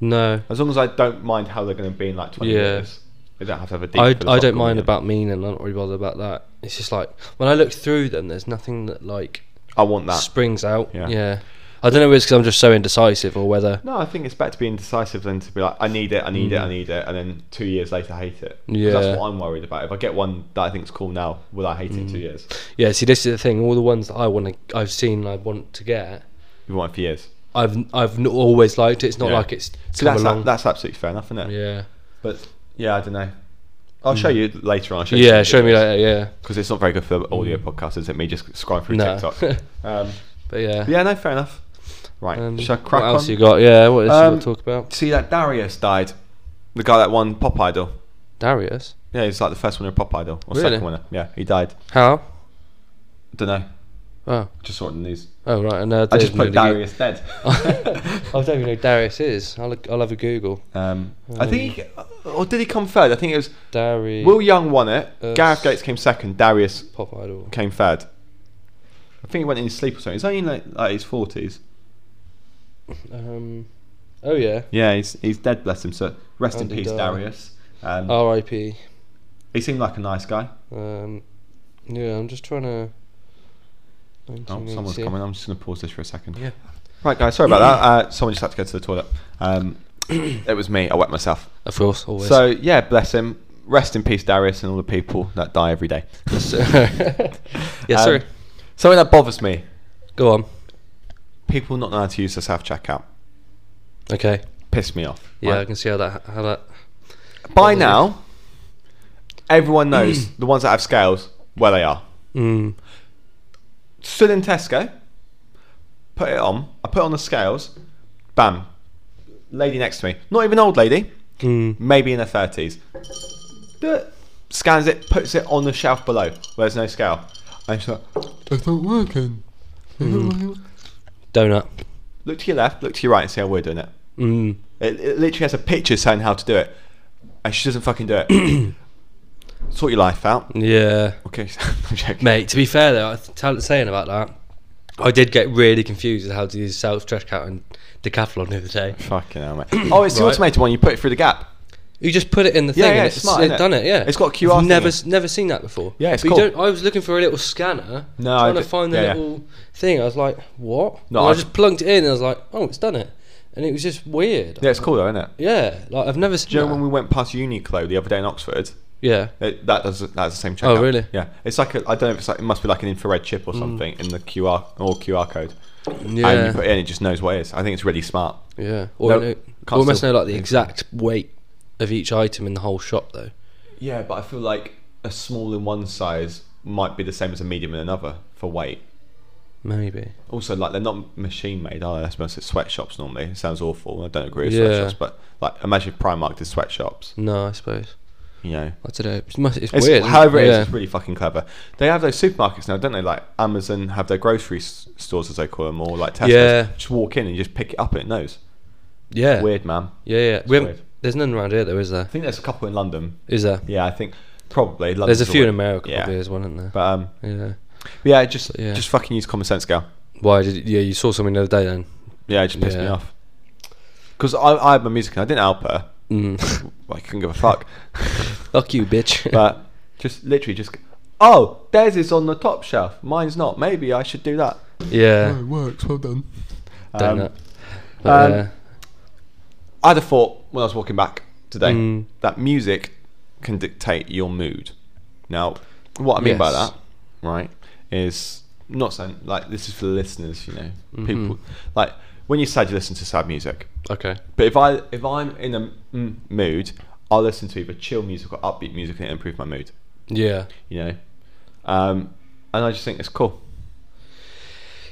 [SPEAKER 1] No.
[SPEAKER 2] As long as I don't mind how they're going to be in like twenty
[SPEAKER 1] Yeah.
[SPEAKER 2] years. They don't have to have a deep.
[SPEAKER 1] I, I don't
[SPEAKER 2] philosophical
[SPEAKER 1] mind
[SPEAKER 2] meaning.
[SPEAKER 1] about meaning. I'm not really bothered about that. It's just like when I look through them, there's nothing that like
[SPEAKER 2] I want that.
[SPEAKER 1] springs out.
[SPEAKER 2] Yeah.
[SPEAKER 1] Yeah. I don't know if it's because I'm just so indecisive or whether.
[SPEAKER 2] No, I think it's better to be indecisive than to be like, I need it, I need it, I need it, and then two years later hate it. 'Cause
[SPEAKER 1] Mm. Yeah.
[SPEAKER 2] That's what I'm worried about. If I get one that I think's cool now, will I hate it in
[SPEAKER 1] Mm.
[SPEAKER 2] two years?
[SPEAKER 1] Yeah. See, this is the thing. All the ones that I want to, I've seen, I want to get.
[SPEAKER 2] You want it for years.
[SPEAKER 1] I've I've not always liked it. It's not
[SPEAKER 2] Yeah.
[SPEAKER 1] like it's
[SPEAKER 2] So
[SPEAKER 1] come
[SPEAKER 2] that's,
[SPEAKER 1] along.
[SPEAKER 2] that's absolutely fair enough, isn't it?
[SPEAKER 1] yeah. Mm.
[SPEAKER 2] But yeah, I don't know. I'll show you later on. I'll show you
[SPEAKER 1] Yeah. Show me later. Yeah.
[SPEAKER 2] Because it's not very good for the audio podcast, is it? Me just scrolling through
[SPEAKER 1] No.
[SPEAKER 2] TikTok. Um,
[SPEAKER 1] But yeah.
[SPEAKER 2] but yeah, no, fair enough. Right,
[SPEAKER 1] Um,
[SPEAKER 2] should I crack
[SPEAKER 1] what else
[SPEAKER 2] on?
[SPEAKER 1] you got? Yeah. What else
[SPEAKER 2] Um,
[SPEAKER 1] you got to talk about?
[SPEAKER 2] See that Darius died, the guy that won Pop Idol.
[SPEAKER 1] Darius.
[SPEAKER 2] Yeah, he's like the first winner of Pop Idol or second
[SPEAKER 1] Really?
[SPEAKER 2] winner. Yeah, he died.
[SPEAKER 1] How?
[SPEAKER 2] Don't know.
[SPEAKER 1] Oh.
[SPEAKER 2] Just saw it in the news.
[SPEAKER 1] Oh right. And uh,
[SPEAKER 2] I
[SPEAKER 1] there's
[SPEAKER 2] just put
[SPEAKER 1] really-
[SPEAKER 2] Darius dead.
[SPEAKER 1] I don't even know who Darius is. I'll I'll have a Google.
[SPEAKER 2] um,
[SPEAKER 1] Hmm.
[SPEAKER 2] I think, he, or did he come third? I think it was
[SPEAKER 1] Darius.
[SPEAKER 2] Will Young won it.
[SPEAKER 1] Uh,
[SPEAKER 2] Gareth Gates came second. Darius
[SPEAKER 1] Pop Idol.
[SPEAKER 2] came third. I think he went in his sleep or something. He's only in like, like his forties.
[SPEAKER 1] Um, oh yeah.
[SPEAKER 2] Yeah, he's he's dead. Bless him. So rest in
[SPEAKER 1] And Oh, he
[SPEAKER 2] peace,
[SPEAKER 1] died. Oh.
[SPEAKER 2] Darius. Um,
[SPEAKER 1] R.I.P.
[SPEAKER 2] He seemed like a nice guy.
[SPEAKER 1] Um, yeah, I'm just trying to.
[SPEAKER 2] Oh, someone's
[SPEAKER 1] 1980.
[SPEAKER 2] coming. I'm just going to pause this for a second.
[SPEAKER 1] Yeah.
[SPEAKER 2] Right, guys. Sorry about that. Uh, someone just had to go to the toilet. Um, it was me. I wet myself.
[SPEAKER 1] Of course, always.
[SPEAKER 2] So yeah, bless him. Rest in peace, Darius, and all the people that die every day.
[SPEAKER 1] yeah,
[SPEAKER 2] Um,
[SPEAKER 1] sorry.
[SPEAKER 2] Something that bothers me:
[SPEAKER 1] Go on.
[SPEAKER 2] people not know how to use the self checkout.
[SPEAKER 1] Okay.
[SPEAKER 2] Piss me off.
[SPEAKER 1] Yeah, I
[SPEAKER 2] right?
[SPEAKER 1] can see how that how that.
[SPEAKER 2] By
[SPEAKER 1] bothers
[SPEAKER 2] now, everyone knows the ones that have scales where they are.
[SPEAKER 1] Mm,
[SPEAKER 2] Stood in Tesco, put it on. I put on the scales. Bam. Lady next to me, not even old lady,
[SPEAKER 1] mm,
[SPEAKER 2] maybe in her thirties. Scans it, puts it on the shelf below where there's no scale. And she's like, "It's not working."
[SPEAKER 1] Donut.
[SPEAKER 2] Look to your left, look to your right, and see how we're doing it.
[SPEAKER 1] Mm.
[SPEAKER 2] It, it literally has a picture saying how to do it, and she doesn't fucking do it. sort your life out.
[SPEAKER 1] Yeah.
[SPEAKER 2] Okay, I'm joking.
[SPEAKER 1] Mate, to be fair though, I th- tell, saying about that, I did get really confused as how to use self trash count and decathlon the other day.
[SPEAKER 2] Fucking hell, mate. Oh, it's the
[SPEAKER 1] Right.
[SPEAKER 2] automated one. You put it through the gap.
[SPEAKER 1] You just put it in the
[SPEAKER 2] Yeah,
[SPEAKER 1] thing
[SPEAKER 2] yeah,
[SPEAKER 1] and
[SPEAKER 2] it's
[SPEAKER 1] it's,
[SPEAKER 2] smart,
[SPEAKER 1] it's
[SPEAKER 2] innit?
[SPEAKER 1] done it. Yeah,
[SPEAKER 2] It's got a
[SPEAKER 1] I've
[SPEAKER 2] QR thing
[SPEAKER 1] Never,
[SPEAKER 2] in.
[SPEAKER 1] s- never seen that before.
[SPEAKER 2] Yeah, it's
[SPEAKER 1] But you
[SPEAKER 2] cool.
[SPEAKER 1] don't- I was looking for a little scanner.
[SPEAKER 2] No, I
[SPEAKER 1] trying to
[SPEAKER 2] did-
[SPEAKER 1] find the
[SPEAKER 2] yeah, yeah.
[SPEAKER 1] little thing. I was like, what?
[SPEAKER 2] No,
[SPEAKER 1] and I
[SPEAKER 2] I've-
[SPEAKER 1] just plugged it in and I was like, oh, it's done it, and it was just weird.
[SPEAKER 2] Yeah, it's cool though, isn't it?
[SPEAKER 1] Yeah, like I've never
[SPEAKER 2] Do you
[SPEAKER 1] seen.
[SPEAKER 2] know
[SPEAKER 1] That.
[SPEAKER 2] when we went past Uniqlo the other day in Oxford?
[SPEAKER 1] yeah,
[SPEAKER 2] It, that does that's the same
[SPEAKER 1] Oh,
[SPEAKER 2] checkout.
[SPEAKER 1] really? Mm.
[SPEAKER 2] Yeah, it's like a, I don't know if it's like it must be like an infrared chip or something in the QR or QR code. And you
[SPEAKER 1] yeah,
[SPEAKER 2] put it in, it just knows what it is. I think it's really smart.
[SPEAKER 1] yeah. Or
[SPEAKER 2] No,
[SPEAKER 1] you know,
[SPEAKER 2] can't
[SPEAKER 1] we almost
[SPEAKER 2] still-
[SPEAKER 1] know like the exact weight of each item in the whole shop though.
[SPEAKER 2] Yeah, but I feel like a small in one size might be the same as a medium in another for weight.
[SPEAKER 1] Maybe.
[SPEAKER 2] Also, like they're not machine made, are they? I suppose it's sweatshops normally. It sounds awful. I don't agree with
[SPEAKER 1] Yeah.
[SPEAKER 2] sweatshops, but like imagine Primark did sweatshops.
[SPEAKER 1] No, I suppose.
[SPEAKER 2] You know,
[SPEAKER 1] I don't know. It's, must, it's,
[SPEAKER 2] It's,
[SPEAKER 1] weird.
[SPEAKER 2] however, it is,
[SPEAKER 1] yeah.
[SPEAKER 2] it's really fucking clever. They have those supermarkets now, don't they? Like Amazon have their grocery s- stores, as they call them, or like Tesco's.
[SPEAKER 1] Yeah.
[SPEAKER 2] Just walk in and just pick it up, and it knows.
[SPEAKER 1] yeah.
[SPEAKER 2] Weird, man.
[SPEAKER 1] Yeah, yeah. We haven't-
[SPEAKER 2] weird.
[SPEAKER 1] there's none around here though, is there?
[SPEAKER 2] I think there's a couple in London.
[SPEAKER 1] Is there?
[SPEAKER 2] Yeah, I think probably.
[SPEAKER 1] There's
[SPEAKER 2] London's
[SPEAKER 1] a few in
[SPEAKER 2] always-
[SPEAKER 1] America.
[SPEAKER 2] Yeah,
[SPEAKER 1] Probably, there's one, isn't there?
[SPEAKER 2] but um,
[SPEAKER 1] yeah.
[SPEAKER 2] yeah, just
[SPEAKER 1] yeah.
[SPEAKER 2] just fucking use common sense, gal.
[SPEAKER 1] Why did? Yeah, you saw something the other day then.
[SPEAKER 2] Yeah, it just pissed me
[SPEAKER 1] Yeah.
[SPEAKER 2] off. Because I, I had my music and I didn't help her.
[SPEAKER 1] Mm.
[SPEAKER 2] I couldn't give a fuck.
[SPEAKER 1] Fuck you, bitch.
[SPEAKER 2] but just literally just, oh, theirs is on the top shelf. Mine's not. Maybe I should do that.
[SPEAKER 1] yeah.
[SPEAKER 2] Oh, it works. Well done.
[SPEAKER 1] Don't
[SPEAKER 2] Um,
[SPEAKER 1] know. But,
[SPEAKER 2] um,
[SPEAKER 1] yeah.
[SPEAKER 2] I had a thought when I was walking back today
[SPEAKER 1] Mm.
[SPEAKER 2] that music can dictate your mood. Now, what I mean by
[SPEAKER 1] Yes.
[SPEAKER 2] that, right, is not saying like this is for the listeners, you know,
[SPEAKER 1] Mm-hmm.
[SPEAKER 2] people like when you're sad, you listen to sad music.
[SPEAKER 1] okay.
[SPEAKER 2] But if I if I'm in a mm, mood, I'll listen to either chill music or upbeat music and it improve my mood.
[SPEAKER 1] Yeah.
[SPEAKER 2] You know, um, and I just think it's cool.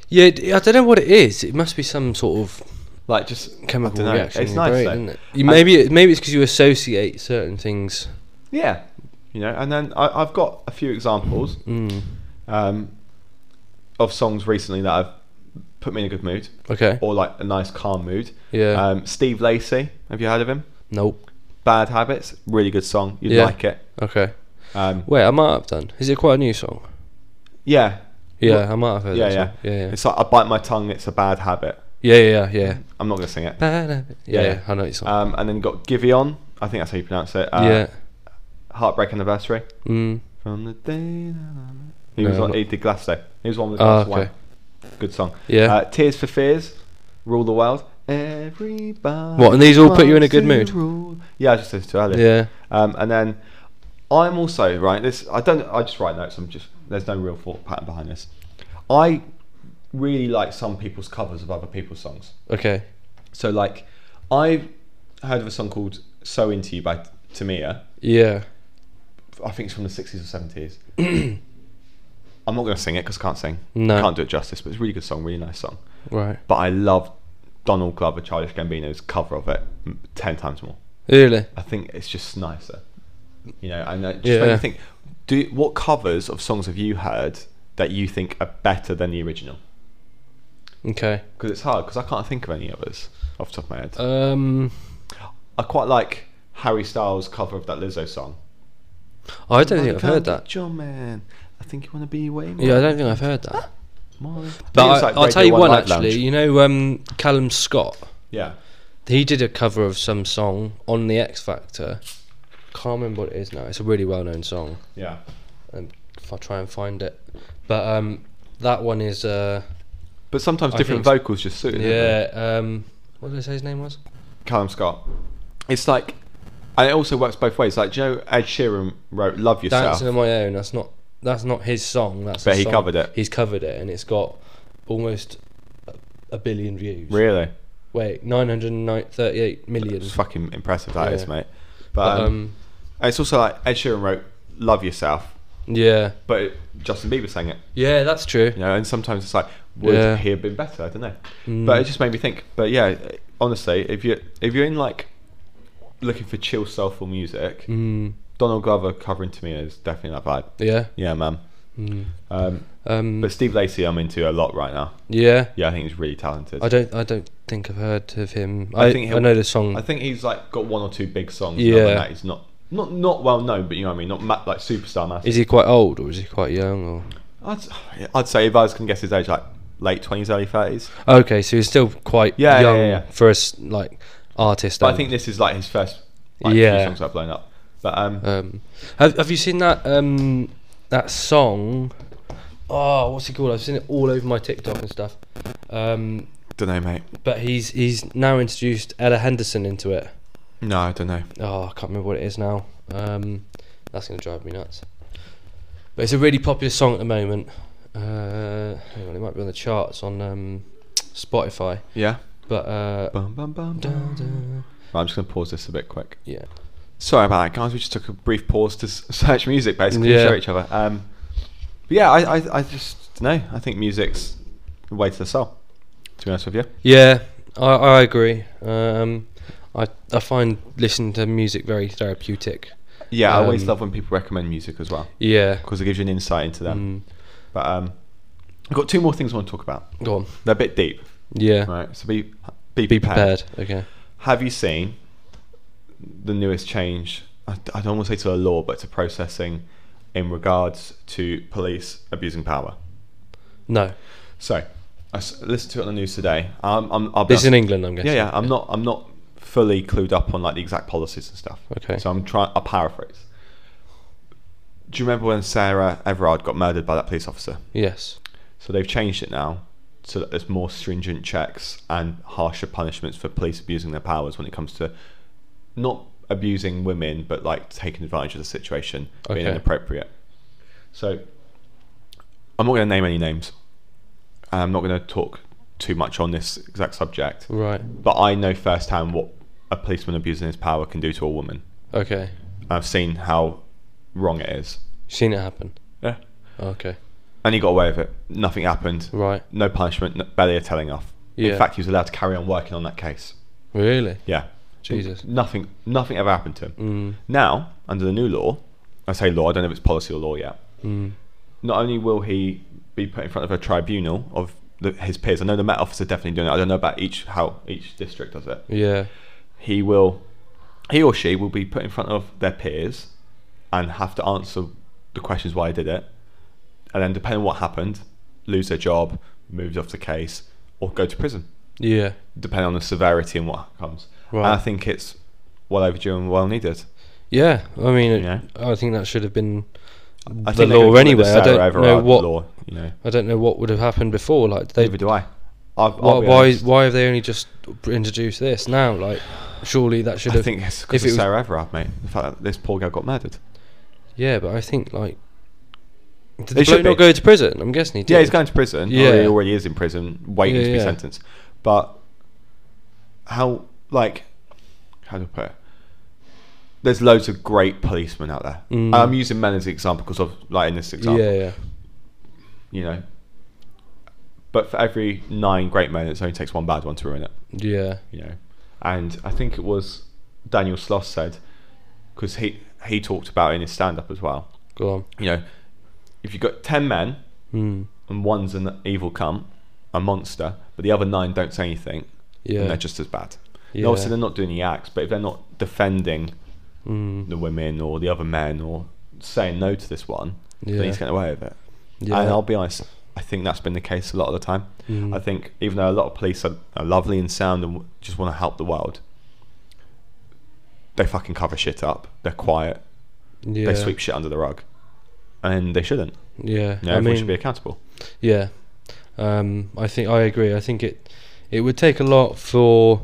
[SPEAKER 1] Yeah. d- I don't know what it is. It must be some sort of
[SPEAKER 2] Like just I
[SPEAKER 1] chemical
[SPEAKER 2] dunno,
[SPEAKER 1] reaction
[SPEAKER 2] It's
[SPEAKER 1] in your
[SPEAKER 2] nice,
[SPEAKER 1] brain,
[SPEAKER 2] though.
[SPEAKER 1] isn't it? You, maybe it, maybe it's because you associate certain things.
[SPEAKER 2] Yeah, you know, and then I, I've got a few examples
[SPEAKER 1] Mm.
[SPEAKER 2] um, of songs recently that have put me in a good mood
[SPEAKER 1] Okay.
[SPEAKER 2] or like a nice calm mood.
[SPEAKER 1] Yeah.
[SPEAKER 2] Um, Steve Lacey, have you heard of him?
[SPEAKER 1] nope.
[SPEAKER 2] Bad Habits, really good song. You'd
[SPEAKER 1] Yeah.
[SPEAKER 2] like it.
[SPEAKER 1] Okay.
[SPEAKER 2] Um,
[SPEAKER 1] Wait, I might have done. Is it quite a new song?
[SPEAKER 2] yeah,
[SPEAKER 1] Yeah, I might have heard
[SPEAKER 2] yeah,
[SPEAKER 1] that
[SPEAKER 2] yeah,
[SPEAKER 1] song. yeah, yeah.
[SPEAKER 2] It's like I bite my tongue. It's a bad habit.
[SPEAKER 1] Yeah, yeah, yeah.
[SPEAKER 2] I'm not gonna sing it.
[SPEAKER 1] Yeah,
[SPEAKER 2] Yeah.
[SPEAKER 1] yeah, I know your song.
[SPEAKER 2] Um, and then you got Giveon. I think that's how you pronounce it. Uh,
[SPEAKER 1] yeah.
[SPEAKER 2] Heartbreak Anniversary.
[SPEAKER 1] Mm.
[SPEAKER 2] From the day. that I met- He was
[SPEAKER 1] No,
[SPEAKER 2] on.
[SPEAKER 1] not-
[SPEAKER 2] He did Glasgow. He was one with the
[SPEAKER 1] Oh,
[SPEAKER 2] Glass
[SPEAKER 1] okay.
[SPEAKER 2] Wine. Good song.
[SPEAKER 1] Yeah.
[SPEAKER 2] Uh, Tears for Fears. Rule the world. Everybody.
[SPEAKER 1] What, and these all put you in a
[SPEAKER 2] wants
[SPEAKER 1] good
[SPEAKER 2] to
[SPEAKER 1] mood?
[SPEAKER 2] rule- Yeah, I just listened to it earlier.
[SPEAKER 1] Yeah.
[SPEAKER 2] Um, and then I'm also right. This I don't. I just write notes. I'm just. There's no real thought pattern behind this. I really like some people's covers of other people's songs.
[SPEAKER 1] Okay.
[SPEAKER 2] So like, I heard of a song called "So Into You" by Tamia.
[SPEAKER 1] Yeah.
[SPEAKER 2] I think it's from the 60s or 70s. I'm not going to sing it because I can't sing.
[SPEAKER 1] No.
[SPEAKER 2] Can't do it justice, but it's a really good song, really nice song.
[SPEAKER 1] Right.
[SPEAKER 2] But I love Donald Glover, Childish Gambino's cover of it mm, 10 times more.
[SPEAKER 1] Really?
[SPEAKER 2] I think it's just nicer. You know, and it just made
[SPEAKER 1] Yeah.
[SPEAKER 2] me think do, what covers of songs have you heard that you think are better than the original?
[SPEAKER 1] Okay.
[SPEAKER 2] Because it's hard, because I can't think of any others off the top of my head.
[SPEAKER 1] Um,
[SPEAKER 2] I quite like Harry Styles' cover of that Lizzo song.
[SPEAKER 1] I don't think I've heard that.
[SPEAKER 2] John, man. I think you want to be way more.
[SPEAKER 1] Yeah, I don't think I've heard that.
[SPEAKER 2] More.
[SPEAKER 1] But I,
[SPEAKER 2] It's like
[SPEAKER 1] I'll tell
[SPEAKER 2] Radio
[SPEAKER 1] you one
[SPEAKER 2] Live
[SPEAKER 1] actually.
[SPEAKER 2] Lounge.
[SPEAKER 1] You know, um, Callum Scott.
[SPEAKER 2] Yeah.
[SPEAKER 1] He did a cover of some song on the X Factor. Can't remember what it is now. It's a really well-known song.
[SPEAKER 2] Yeah.
[SPEAKER 1] And if I try and find it, but um, that one is uh,
[SPEAKER 2] But sometimes
[SPEAKER 1] I
[SPEAKER 2] different
[SPEAKER 1] think-
[SPEAKER 2] vocals just suit. it, don't they?
[SPEAKER 1] yeah. Um, what did I say his name was?
[SPEAKER 2] Callum Scott. It's like, and it also works both ways. Like, do you know Ed Sheeran wrote "Love Yourself"?
[SPEAKER 1] Dancing on My Own. That's not that's not his song. That's
[SPEAKER 2] But
[SPEAKER 1] a
[SPEAKER 2] he
[SPEAKER 1] song-
[SPEAKER 2] covered it.
[SPEAKER 1] He's covered it, and it's got almost a, a billion views.
[SPEAKER 2] Really?
[SPEAKER 1] Wait, nine hundred thirty-eight million.
[SPEAKER 2] It's fucking impressive that
[SPEAKER 1] Yeah.
[SPEAKER 2] is, mate. But,
[SPEAKER 1] But,
[SPEAKER 2] um,
[SPEAKER 1] um,
[SPEAKER 2] it's also like Ed Sheeran wrote "Love Yourself,"
[SPEAKER 1] yeah,
[SPEAKER 2] but it, Justin Bieber sang it.
[SPEAKER 1] yeah, that's true.
[SPEAKER 2] You know, and sometimes it's like, would
[SPEAKER 1] Yeah. Hmm.
[SPEAKER 2] he have been better? I don't know. But it just made me think. But yeah, honestly, if you if you're in like looking for chill, soulful music,
[SPEAKER 1] Mm,
[SPEAKER 2] Donald Glover covering to me is definitely that vibe.
[SPEAKER 1] yeah,
[SPEAKER 2] Yeah, man.
[SPEAKER 1] Mm.
[SPEAKER 2] Um,
[SPEAKER 1] Um,
[SPEAKER 2] but Steve Lacey, I'm into a lot right now.
[SPEAKER 1] yeah,
[SPEAKER 2] Yeah, I think he's really talented.
[SPEAKER 1] I don't. I don't think I've heard of him.
[SPEAKER 2] I
[SPEAKER 1] I
[SPEAKER 2] think
[SPEAKER 1] I,
[SPEAKER 2] he'll-
[SPEAKER 1] know the song.
[SPEAKER 2] I think he's like got one or two big songs. and other than
[SPEAKER 1] Yeah.
[SPEAKER 2] that, he's not not not well known, but you know what I mean. Not ma- like superstar massive.
[SPEAKER 1] is he quite old or is he quite young? Or
[SPEAKER 2] I'd, I'd say if I was gonna guess his age, like late twenties, early thirties.
[SPEAKER 1] okay, so he's still quite
[SPEAKER 2] Yeah, yeah,
[SPEAKER 1] young
[SPEAKER 2] yeah, yeah.
[SPEAKER 1] for us like artist.
[SPEAKER 2] But I
[SPEAKER 1] and-
[SPEAKER 2] think this is like his first like, few
[SPEAKER 1] Yeah.
[SPEAKER 2] songs that have blown up. But um,
[SPEAKER 1] Um, have Have you seen that um that song? Oh, what's it called? I've seen it all over my TikTok and stuff. Um,
[SPEAKER 2] don't know, mate.
[SPEAKER 1] but he's he's now introduced Ella Henderson into it.
[SPEAKER 2] No, I don't know.
[SPEAKER 1] Oh, I can't remember what it is now. Um, that's gonna drive me nuts. But it's a really popular song at the moment. Uh, hang on, it might be on the charts on um, Spotify.
[SPEAKER 2] Yeah.
[SPEAKER 1] But uh,
[SPEAKER 2] Bum, bum, bum,
[SPEAKER 1] da,
[SPEAKER 2] dum.
[SPEAKER 1] da,
[SPEAKER 2] Right, I'm just gonna pause this a bit quick.
[SPEAKER 1] yeah,
[SPEAKER 2] Sorry about that, guys. We just took a brief pause to s- search music, basically,
[SPEAKER 1] Yeah.
[SPEAKER 2] show each other. Um, but yeah, I, I, I just don't know. I think music's the way to the soul. To be honest with you,
[SPEAKER 1] yeah, I, I agree. Um, I I find listening to music very therapeutic.
[SPEAKER 2] yeah, I always
[SPEAKER 1] Um,
[SPEAKER 2] love when people recommend music as well
[SPEAKER 1] Yeah.
[SPEAKER 2] because it gives you an insight into them.
[SPEAKER 1] Mm,
[SPEAKER 2] But um, I've got two more things I want to talk about.
[SPEAKER 1] go on.
[SPEAKER 2] They're a bit deep,
[SPEAKER 1] Yeah.
[SPEAKER 2] right? So be be prepared.
[SPEAKER 1] Be prepared. Okay.
[SPEAKER 2] Have you seen the newest change? I, I don't want to say to a law, but to processing in regards to police abusing power.
[SPEAKER 1] No.
[SPEAKER 2] So, I s- listened to it on the news today. Um, I'm, I'll be
[SPEAKER 1] This is in
[SPEAKER 2] honest-
[SPEAKER 1] England, I'm guessing.
[SPEAKER 2] Yeah, yeah. I'm not. I'm not fully clued up on like the exact policies and stuff.
[SPEAKER 1] Okay.
[SPEAKER 2] So I'm trying. I paraphrase. Do you remember when Sarah Everard got murdered by that police officer?
[SPEAKER 1] Yes.
[SPEAKER 2] So they've changed it now, so that there's more stringent checks and harsher punishments for police abusing their powers when it comes to not abusing women, but like taking advantage of the situation being
[SPEAKER 1] Okay.
[SPEAKER 2] inappropriate. So I'm not going to name any names. And I'm not going to talk too much on this exact subject,
[SPEAKER 1] Right.
[SPEAKER 2] but I know firsthand what a policeman abusing his power can do to a woman.
[SPEAKER 1] Okay.
[SPEAKER 2] I've seen how wrong it is.
[SPEAKER 1] Seen it happen.
[SPEAKER 2] Yeah.
[SPEAKER 1] Okay.
[SPEAKER 2] And he got away with it. Nothing happened.
[SPEAKER 1] Right.
[SPEAKER 2] No punishment, no, barely a telling off.
[SPEAKER 1] Yeah.
[SPEAKER 2] In fact, he was allowed to carry on working on that case.
[SPEAKER 1] Really?
[SPEAKER 2] Yeah.
[SPEAKER 1] Jesus.
[SPEAKER 2] Nothing, nothing ever happened to him.
[SPEAKER 1] Mm.
[SPEAKER 2] Now, under the new law, I say law, I don't know if it's policy or law yet.
[SPEAKER 1] Mm.
[SPEAKER 2] Not only will he be put in front of a tribunal of the, his peers, I know the Met Office are definitely doing it. I don't know about each how each district does it.
[SPEAKER 1] Yeah.
[SPEAKER 2] He will, he or she will be put in front of their peers, and have to answer the questions why they did it, and then depending on what happened, lose their job, moved off the case, or go to prison
[SPEAKER 1] Yeah.
[SPEAKER 2] depending on the severity and what comes. And
[SPEAKER 1] Right.
[SPEAKER 2] I think it's well overdue and well needed.
[SPEAKER 1] Yeah. I mean, it,
[SPEAKER 2] Yeah.
[SPEAKER 1] I think that should have been
[SPEAKER 2] I they're
[SPEAKER 1] the
[SPEAKER 2] gonna
[SPEAKER 1] law
[SPEAKER 2] call it
[SPEAKER 1] anyway. I
[SPEAKER 2] Sarah
[SPEAKER 1] don't know
[SPEAKER 2] Everard
[SPEAKER 1] what.
[SPEAKER 2] law. You know,
[SPEAKER 1] I don't know what would have happened before. Like they.
[SPEAKER 2] neither do I. I've,
[SPEAKER 1] why,
[SPEAKER 2] I'll be
[SPEAKER 1] why?
[SPEAKER 2] honest,
[SPEAKER 1] Why have they only just introduced this now? Like, surely that should
[SPEAKER 2] I
[SPEAKER 1] have.
[SPEAKER 2] think it's
[SPEAKER 1] if
[SPEAKER 2] because
[SPEAKER 1] it
[SPEAKER 2] of
[SPEAKER 1] was-
[SPEAKER 2] Sarah Everard, mate. The fact that this poor girl got murdered.
[SPEAKER 1] Yeah, but I think like. Did
[SPEAKER 2] It
[SPEAKER 1] the
[SPEAKER 2] should
[SPEAKER 1] bloke not
[SPEAKER 2] be.
[SPEAKER 1] go to prison? I'm guessing he did.
[SPEAKER 2] Yeah, he's going to prison. Yeah,
[SPEAKER 1] Yeah.
[SPEAKER 2] he already is in prison, waiting
[SPEAKER 1] Yeah,
[SPEAKER 2] to be
[SPEAKER 1] yeah.
[SPEAKER 2] sentenced. But how, like, how do I put it? There's loads of great policemen out there.
[SPEAKER 1] Mm.
[SPEAKER 2] I'm using men as an example because of like in this example.
[SPEAKER 1] Yeah, yeah.
[SPEAKER 2] you know. But for every nine great men, it only takes one bad one to ruin it,
[SPEAKER 1] Yeah.
[SPEAKER 2] you know. And I think it was Daniel Sloss said, because he he talked about it in his stand up as well.
[SPEAKER 1] Go on.
[SPEAKER 2] You know, if you've got ten men
[SPEAKER 1] Mm.
[SPEAKER 2] and one's an evil cunt, a monster, but the other nine don't say anything,
[SPEAKER 1] Yeah.
[SPEAKER 2] then they're just as bad.
[SPEAKER 1] yeah.
[SPEAKER 2] And obviously, they're not doing the acts, but if they're not defending
[SPEAKER 1] Mm.
[SPEAKER 2] the women or the other men or saying no to this one,
[SPEAKER 1] Yeah.
[SPEAKER 2] then he's getting away with it.
[SPEAKER 1] Yeah.
[SPEAKER 2] And I'll be honest, I think that's been the case a lot of the time.
[SPEAKER 1] Mm.
[SPEAKER 2] I think even though a lot of police are, are lovely and sound and w- just want to help the world, they fucking cover shit up. They're quiet.
[SPEAKER 1] yeah.
[SPEAKER 2] They sweep shit under the rug, and they shouldn't.
[SPEAKER 1] Yeah.
[SPEAKER 2] You know,
[SPEAKER 1] I
[SPEAKER 2] everyone
[SPEAKER 1] mean,
[SPEAKER 2] should be accountable.
[SPEAKER 1] Yeah, um, I think I agree. I think it it would take a lot for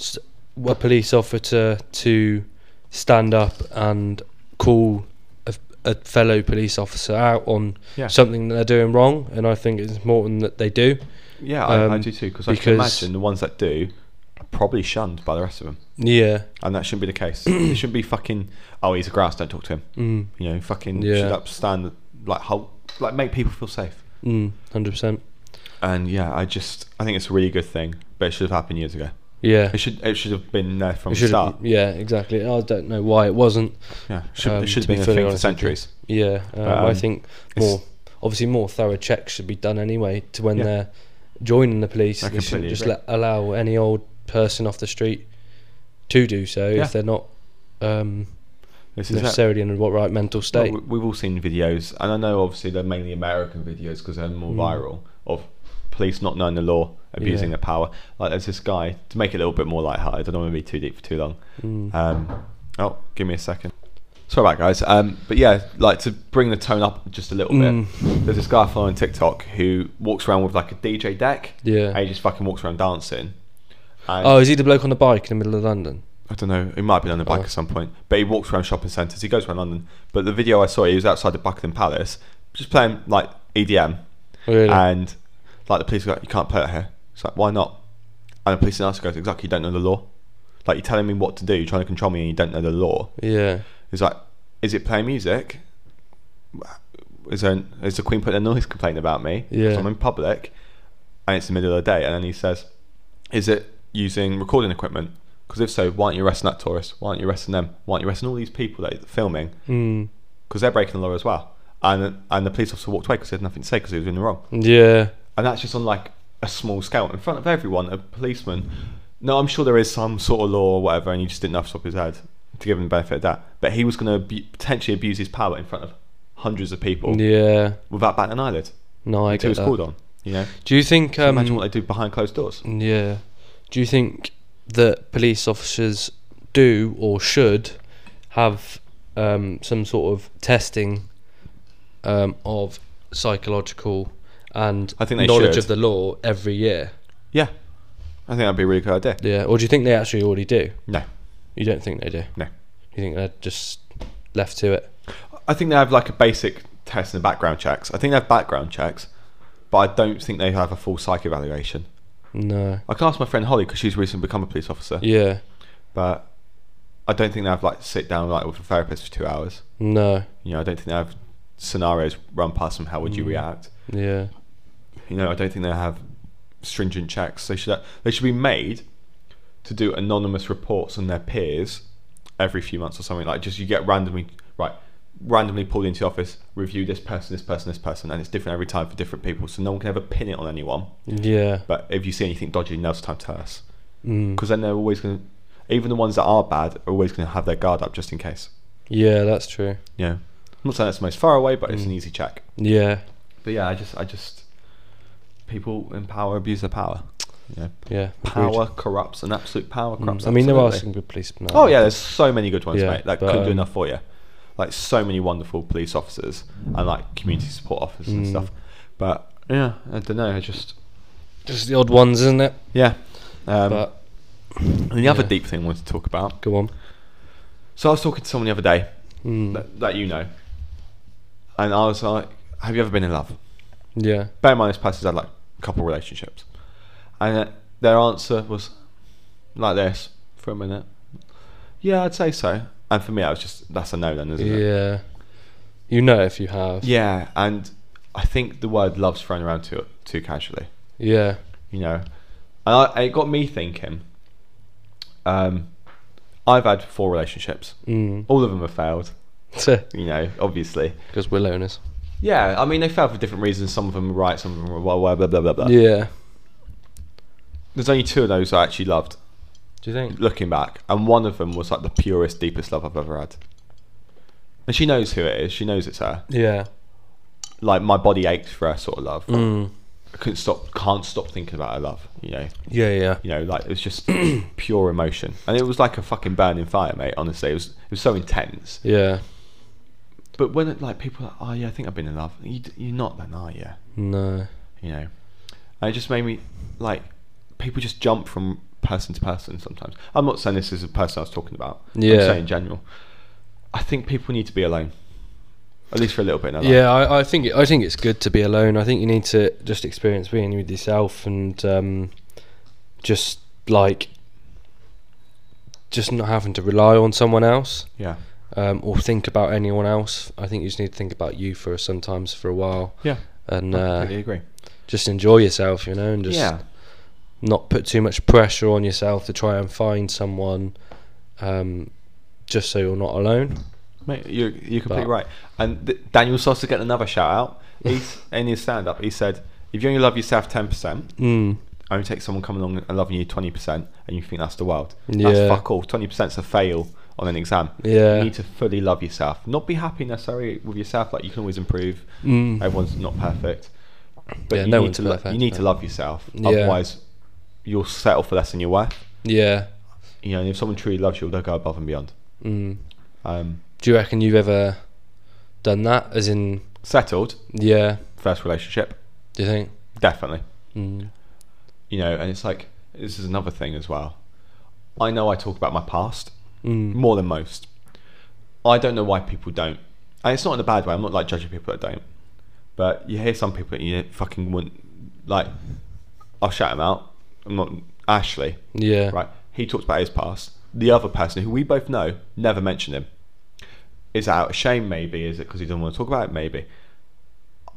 [SPEAKER 1] s- a police officer to stand up and call a, a fellow police officer out on
[SPEAKER 2] Yeah.
[SPEAKER 1] something that they're doing wrong, and I think it's important that they do.
[SPEAKER 2] Yeah, I, I
[SPEAKER 1] um,
[SPEAKER 2] do too. Because I can
[SPEAKER 1] because-
[SPEAKER 2] imagine the ones that do are probably shunned by the rest of them,
[SPEAKER 1] Yeah,
[SPEAKER 2] and that shouldn't be the case. it shouldn't be fucking. Oh, he's a grass. Don't talk to him.
[SPEAKER 1] mm,
[SPEAKER 2] You know, fucking
[SPEAKER 1] Yeah.
[SPEAKER 2] should upstand like help, like make people feel safe.
[SPEAKER 1] mm, hundred percent.
[SPEAKER 2] And yeah, I just I think it's a really good thing, but it should have happened years ago.
[SPEAKER 1] Yeah,
[SPEAKER 2] It should it should have been there from
[SPEAKER 1] It
[SPEAKER 2] the
[SPEAKER 1] should-
[SPEAKER 2] start.
[SPEAKER 1] yeah, exactly. I don't know why it wasn't.
[SPEAKER 2] Yeah, should,
[SPEAKER 1] um,
[SPEAKER 2] it should have
[SPEAKER 1] to be
[SPEAKER 2] been a
[SPEAKER 1] fully
[SPEAKER 2] thing for
[SPEAKER 1] honest with you.
[SPEAKER 2] centuries.
[SPEAKER 1] Yeah, um, I
[SPEAKER 2] um,
[SPEAKER 1] think
[SPEAKER 2] it's-
[SPEAKER 1] more obviously more thorough checks should be done anyway to when
[SPEAKER 2] Yeah.
[SPEAKER 1] they're joining the police.
[SPEAKER 2] I
[SPEAKER 1] they shouldn't
[SPEAKER 2] completely
[SPEAKER 1] just
[SPEAKER 2] agree.
[SPEAKER 1] let, allow any old person off the street to do so
[SPEAKER 2] Yeah.
[SPEAKER 1] if they're not um,
[SPEAKER 2] This is it.
[SPEAKER 1] necessarily in the what right mental state.
[SPEAKER 2] Well, we- we've all seen videos, and I know obviously they're mainly American videos because they're more
[SPEAKER 1] Mm.
[SPEAKER 2] viral of police not knowing the law, abusing
[SPEAKER 1] Yeah.
[SPEAKER 2] their power. Like there's this guy to make it a little bit more lighthearted. I don't want to be too deep for too long.
[SPEAKER 1] Mm.
[SPEAKER 2] Um, oh, give me a second. Sorry about that, guys. Um, but yeah, like to bring the tone up just a little bit.
[SPEAKER 1] Mm.
[SPEAKER 2] There's this guy I follow on TikTok who walks around with like a DJ deck.
[SPEAKER 1] Yeah.
[SPEAKER 2] And he just fucking walks around dancing. And
[SPEAKER 1] Oh, is he the bloke on the bike in the middle of London?
[SPEAKER 2] I don't know. He might have been on the bike
[SPEAKER 1] Oh.
[SPEAKER 2] at some point, but he walks around shopping centres. He goes around London. But the video I saw, he was outside the Buckingham Palace, just playing like EDM,
[SPEAKER 1] Really?
[SPEAKER 2] and like the police go, "You can't play it here." It's like, "Why not?" And the police announcer goes, "Exactly, you don't know the law. Like you're telling me what to do, you're trying to control me, and you don't know the law."
[SPEAKER 1] yeah.
[SPEAKER 2] He's like, "Is it playing music? Is there is the Queen putting a noise complaint about me? 'Cause
[SPEAKER 1] Yeah.
[SPEAKER 2] I'm in public, and it's the middle of the day." And then he says, "Is it using recording equipment? Because if so, why aren't you arresting that tourist? Why aren't you arresting them? Why aren't you arresting all these people that are filming?
[SPEAKER 1] Mm.
[SPEAKER 2] Because they're breaking the law as well." And and the police officer walked away because he had nothing to say because he was in the wrong.
[SPEAKER 1] Yeah.
[SPEAKER 2] And that's just on like a small scale in front of everyone, a policeman. No, I'm sure there is some sort of law or whatever, and he just didn't have to stop his head to give him the benefit of that. But he was going to abu- potentially abuse his power in front of hundreds of people
[SPEAKER 1] Yeah.
[SPEAKER 2] without batting an eyelid
[SPEAKER 1] No, I
[SPEAKER 2] until
[SPEAKER 1] get
[SPEAKER 2] he's
[SPEAKER 1] that.
[SPEAKER 2] called on. You know,
[SPEAKER 1] Do you think?
[SPEAKER 2] Can you
[SPEAKER 1] Um,
[SPEAKER 2] imagine what they do behind closed doors.
[SPEAKER 1] Yeah. Do you think that police officers do or should have um, some sort of testing um, of psychological and
[SPEAKER 2] I think they
[SPEAKER 1] knowledge
[SPEAKER 2] should.
[SPEAKER 1] of the law every year?
[SPEAKER 2] Yeah, I think that'd be a really good idea.
[SPEAKER 1] Yeah. Or do you think they actually already do?
[SPEAKER 2] No,
[SPEAKER 1] You don't think they do?
[SPEAKER 2] No.
[SPEAKER 1] You think they're just left to it?
[SPEAKER 2] I think they have like a basic test and background checks. I think they have background checks, but I don't think they have a full psych evaluation.
[SPEAKER 1] No.
[SPEAKER 2] I can ask my friend Holly because she's recently become a police officer.
[SPEAKER 1] Yeah.
[SPEAKER 2] but I don't think they have like sit down like with a therapist for two hours.
[SPEAKER 1] No.
[SPEAKER 2] You know, I don't think they have scenarios run past them. How would you
[SPEAKER 1] Mm.
[SPEAKER 2] react?
[SPEAKER 1] Yeah.
[SPEAKER 2] You know, I don't think they have stringent checks. They should they should be made to do anonymous reports on their peers every few months or something. Like just you get randomly right, randomly pulled into the office, review this person, this person, this person, and it's different every time for different people. So no one can ever pin it on anyone.
[SPEAKER 1] Yeah.
[SPEAKER 2] But if you see anything dodgy, now's the time to us
[SPEAKER 1] Mm.
[SPEAKER 2] because then they're always going to, even the ones that are bad, are always going to have their guard up just in case.
[SPEAKER 1] Yeah, that's true.
[SPEAKER 2] Yeah. I'm not saying that's the most far away, but it's an
[SPEAKER 1] Mm.
[SPEAKER 2] easy check.
[SPEAKER 1] Yeah.
[SPEAKER 2] But yeah, I just, I just, people in power abuse their power. You know,
[SPEAKER 1] Yeah. agreed.
[SPEAKER 2] power corrupts, and absolute power corrupts.
[SPEAKER 1] Mm. I mean, there are
[SPEAKER 2] absolutely.
[SPEAKER 1] some good policemen. out
[SPEAKER 2] Oh
[SPEAKER 1] there.
[SPEAKER 2] yeah, there's so many good ones,
[SPEAKER 1] Yeah,
[SPEAKER 2] mate. That
[SPEAKER 1] but,
[SPEAKER 2] couldn't do
[SPEAKER 1] um,
[SPEAKER 2] enough for you. Like so many wonderful police officers and like community support officers and
[SPEAKER 1] Mm.
[SPEAKER 2] stuff. But yeah, I don't know. I just
[SPEAKER 1] Just the odd ones, isn't it?
[SPEAKER 2] yeah. Um,
[SPEAKER 1] but
[SPEAKER 2] and the other
[SPEAKER 1] yeah.
[SPEAKER 2] deep thing I wanted to talk about.
[SPEAKER 1] go on.
[SPEAKER 2] So I was talking to someone the other day,
[SPEAKER 1] Mm.
[SPEAKER 2] that, that you know. And I was like, Have you ever been in love?
[SPEAKER 1] Yeah.
[SPEAKER 2] Bear in mind, this person's had like a couple relationships. And uh, their answer was like this for a minute Yeah, I'd say so. And for me, I was just, That's a no then, isn't it?
[SPEAKER 1] Yeah. You know if you have.
[SPEAKER 2] Yeah. And I think the word love's thrown around too, too casually,
[SPEAKER 1] Yeah.
[SPEAKER 2] you know. And I, it got me thinking um, I've had four relationships,
[SPEAKER 1] Mm.
[SPEAKER 2] all of them have failed,
[SPEAKER 1] Because
[SPEAKER 2] you know, obviously.
[SPEAKER 1] we're loners.
[SPEAKER 2] Yeah, I mean they failed for different reasons. Some of them were right, some of them were blah blah blah blah blah. blah.
[SPEAKER 1] Yeah.
[SPEAKER 2] There's only two of those I actually loved,
[SPEAKER 1] Do you think?
[SPEAKER 2] looking back, and one of them was like the purest, deepest love I've ever had. And she knows who it is. She knows it's her.
[SPEAKER 1] Yeah.
[SPEAKER 2] Like my body aches for her sort of love.
[SPEAKER 1] Mm.
[SPEAKER 2] I couldn't stop, can't stop thinking about her love. You know,
[SPEAKER 1] Yeah. Yeah.
[SPEAKER 2] you know, like it was just pure emotion, and it was like a fucking burning fire, mate. Honestly, it was it was so intense.
[SPEAKER 1] Yeah.
[SPEAKER 2] But when it, like people, are like, oh yeah, I think I've been in love. You, d- you're not then, are you?
[SPEAKER 1] No.
[SPEAKER 2] you know. And it just made me like people just jump from person to person sometimes. I'm not saying this is a person I was talking about. I'm
[SPEAKER 1] Yeah.
[SPEAKER 2] saying in general. I think people need to be alone. At least for a little bit in their life.
[SPEAKER 1] Yeah, I, I think it, I think it's good to be alone. I think you need to just experience being with yourself and um, just like just not having to rely on someone else
[SPEAKER 2] Yeah.
[SPEAKER 1] um, or think about anyone else. I think you just need to think about you for sometimes for a while
[SPEAKER 2] Yeah.
[SPEAKER 1] and
[SPEAKER 2] I
[SPEAKER 1] uh,
[SPEAKER 2] completely agree.
[SPEAKER 1] just enjoy yourself, you know, and just
[SPEAKER 2] yeah.
[SPEAKER 1] not put too much pressure on yourself to try and find someone um, just so you're not alone.
[SPEAKER 2] Mate, you you're completely
[SPEAKER 1] But-
[SPEAKER 2] right. And th- Daniel Sosa getting another shout out. He's in his stand up. He said, "If you only love yourself ten percent,
[SPEAKER 1] Mm.
[SPEAKER 2] only take someone coming along and loving you twenty percent, and you think that's the world.
[SPEAKER 1] Yeah.
[SPEAKER 2] That's fuck all. Twenty percent's a fail on an exam.
[SPEAKER 1] Yeah.
[SPEAKER 2] you need to fully love yourself. Not be happy necessarily with yourself. Like you can always improve.
[SPEAKER 1] Mm.
[SPEAKER 2] Everyone's not perfect, but
[SPEAKER 1] Yeah,
[SPEAKER 2] you
[SPEAKER 1] no
[SPEAKER 2] need
[SPEAKER 1] one's
[SPEAKER 2] to lo-
[SPEAKER 1] perfect,
[SPEAKER 2] you need
[SPEAKER 1] no.
[SPEAKER 2] to love yourself.
[SPEAKER 1] Yeah.
[SPEAKER 2] Otherwise, you'll settle for less than you're worth.
[SPEAKER 1] Yeah.
[SPEAKER 2] You know, and if someone truly loves you, they'll go above and beyond.
[SPEAKER 1] Mm.
[SPEAKER 2] Um,
[SPEAKER 1] Do you reckon you've ever done that? As in,
[SPEAKER 2] settled
[SPEAKER 1] yeah.
[SPEAKER 2] first relationship,
[SPEAKER 1] Do you think?
[SPEAKER 2] definitely.
[SPEAKER 1] Mm.
[SPEAKER 2] you know, and it's like this is another thing as well. I know I talk about my past
[SPEAKER 1] Mm.
[SPEAKER 2] more than most. I don't know why people don't, and it's not in a bad way. I'm not like judging people that don't, but you hear some people and you fucking wouldn't like. I'll shout him out. I'm not Ashley,
[SPEAKER 1] Yeah.
[SPEAKER 2] right? He talks about his past. The other person who we both know never mentioned him. Is that out of shame? Maybe is it because he doesn't want to talk about it? Maybe.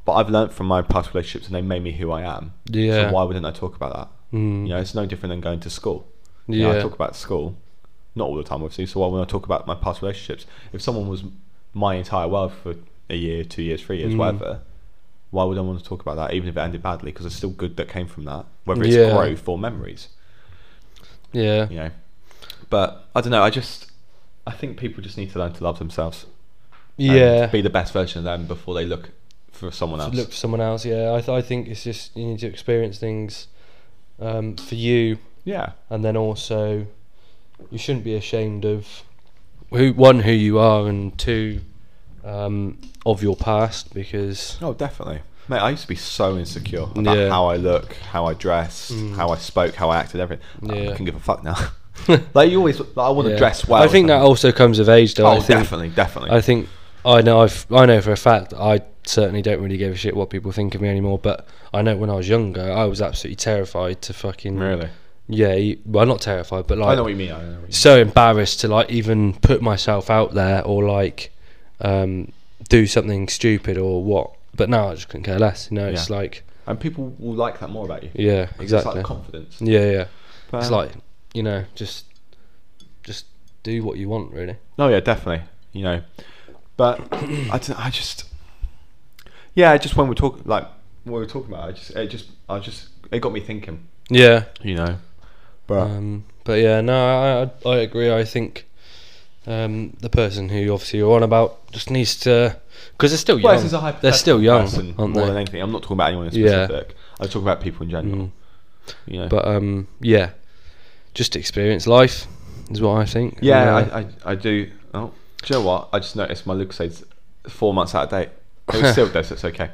[SPEAKER 2] But I've learnt from my past relationships, and they made me who I am.
[SPEAKER 1] Yeah.
[SPEAKER 2] So why wouldn't I talk about that?
[SPEAKER 1] Mm.
[SPEAKER 2] You know, it's no different than going to school. You know, I
[SPEAKER 1] Yeah.
[SPEAKER 2] talk about school, not all the time, obviously. So why would I talk about my past relationships? If someone was my entire world for a year, two years, three years,
[SPEAKER 1] Mm.
[SPEAKER 2] whatever, why would I want to talk about that, even if it ended badly? Because it's still good that came from that, whether it's
[SPEAKER 1] Yeah.
[SPEAKER 2] growth or memories,
[SPEAKER 1] Yeah.
[SPEAKER 2] you know. But I don't know. I just, I think people just need to learn to love themselves. and
[SPEAKER 1] Yeah.
[SPEAKER 2] Be the best version of them before they look for someone else.
[SPEAKER 1] Look for someone else. Yeah. I th- I think it's just you need to experience things um, for you,
[SPEAKER 2] Yeah.
[SPEAKER 1] and then also you shouldn't be ashamed of who one who you are, and two um, of your past because
[SPEAKER 2] Oh, definitely. Mate, I used to be so insecure about
[SPEAKER 1] Yeah. Mm.
[SPEAKER 2] how I look, how I dressed, how I spoke, how I acted, everything. I
[SPEAKER 1] Yeah.
[SPEAKER 2] can give a fuck now. like you always, like, I want to
[SPEAKER 1] Yeah.
[SPEAKER 2] dress well.
[SPEAKER 1] I think that also comes of age, though.
[SPEAKER 2] Oh,
[SPEAKER 1] I think,
[SPEAKER 2] definitely, definitely.
[SPEAKER 1] I think I know. I've, I know for a fact. that I certainly don't really give a shit what people think of me anymore. But I know when I was younger, I was absolutely terrified to fucking.
[SPEAKER 2] really.
[SPEAKER 1] Yeah. you- Well, not terrified, but like
[SPEAKER 2] I know what you mean. I know what you mean.
[SPEAKER 1] so embarrassed to like even put myself out there or like um, do something stupid or what. But now I just couldn't care less. You know, it's
[SPEAKER 2] Yeah.
[SPEAKER 1] like
[SPEAKER 2] And people will like that more about you.
[SPEAKER 1] yeah,
[SPEAKER 2] 'Cause It's
[SPEAKER 1] exactly.
[SPEAKER 2] like confidence.
[SPEAKER 1] yeah, yeah.
[SPEAKER 2] But,
[SPEAKER 1] it's
[SPEAKER 2] um,
[SPEAKER 1] like you know, just just do what you want, really.
[SPEAKER 2] No, yeah, definitely. You know, but I, don't, I just, yeah, just when we're talking, like what we were talking about, I just, it just, I just, it got me thinking.
[SPEAKER 1] Yeah.
[SPEAKER 2] You know, but
[SPEAKER 1] Um, but yeah, no, I, I I agree. I think um, the person who obviously you're on about just needs to because they're still young.
[SPEAKER 2] Well, this is a
[SPEAKER 1] they're
[SPEAKER 2] hypothetical
[SPEAKER 1] still young,
[SPEAKER 2] person,
[SPEAKER 1] aren't
[SPEAKER 2] more
[SPEAKER 1] they?
[SPEAKER 2] than anything. I'm not talking about anyone in
[SPEAKER 1] Yeah.
[SPEAKER 2] specific. I talk about people in general. You know.
[SPEAKER 1] But um, yeah, just experience life is what I think.
[SPEAKER 2] yeah,
[SPEAKER 1] And, uh,
[SPEAKER 2] I, I, I do. Oh, do you know what? I just noticed my Lucasade's four months out of date. It was still there, so it's okay.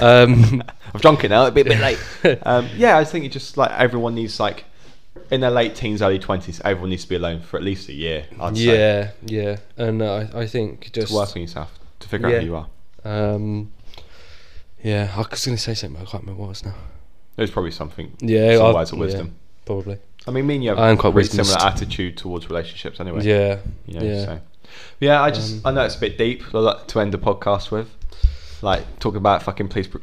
[SPEAKER 1] um,
[SPEAKER 2] I've drunk it now. It'd be a bit late. um, yeah, I think it just like everyone needs like in their late teens, early twenties. Everyone needs to be alone for at least a year. I'd say.
[SPEAKER 1] yeah, yeah, and uh, I I think
[SPEAKER 2] Just
[SPEAKER 1] just
[SPEAKER 2] work on yourself to figure
[SPEAKER 1] Yeah.
[SPEAKER 2] out who you are.
[SPEAKER 1] um, yeah, I was going to say something, but I can't remember what it was now.
[SPEAKER 2] There's probably something.
[SPEAKER 1] Yeah,
[SPEAKER 2] some
[SPEAKER 1] I've-
[SPEAKER 2] words of
[SPEAKER 1] yeah.
[SPEAKER 2] wisdom.
[SPEAKER 1] Probably.
[SPEAKER 2] I mean, me and you have
[SPEAKER 1] I am
[SPEAKER 2] a
[SPEAKER 1] quite
[SPEAKER 2] pretty
[SPEAKER 1] wisdomist.
[SPEAKER 2] similar attitude towards relationships, anyway.
[SPEAKER 1] Yeah,
[SPEAKER 2] you know,
[SPEAKER 1] yeah, Um,
[SPEAKER 2] So. Yeah, I just I know it's a bit deep a lot to end the podcast with, like talking about fucking police, pr-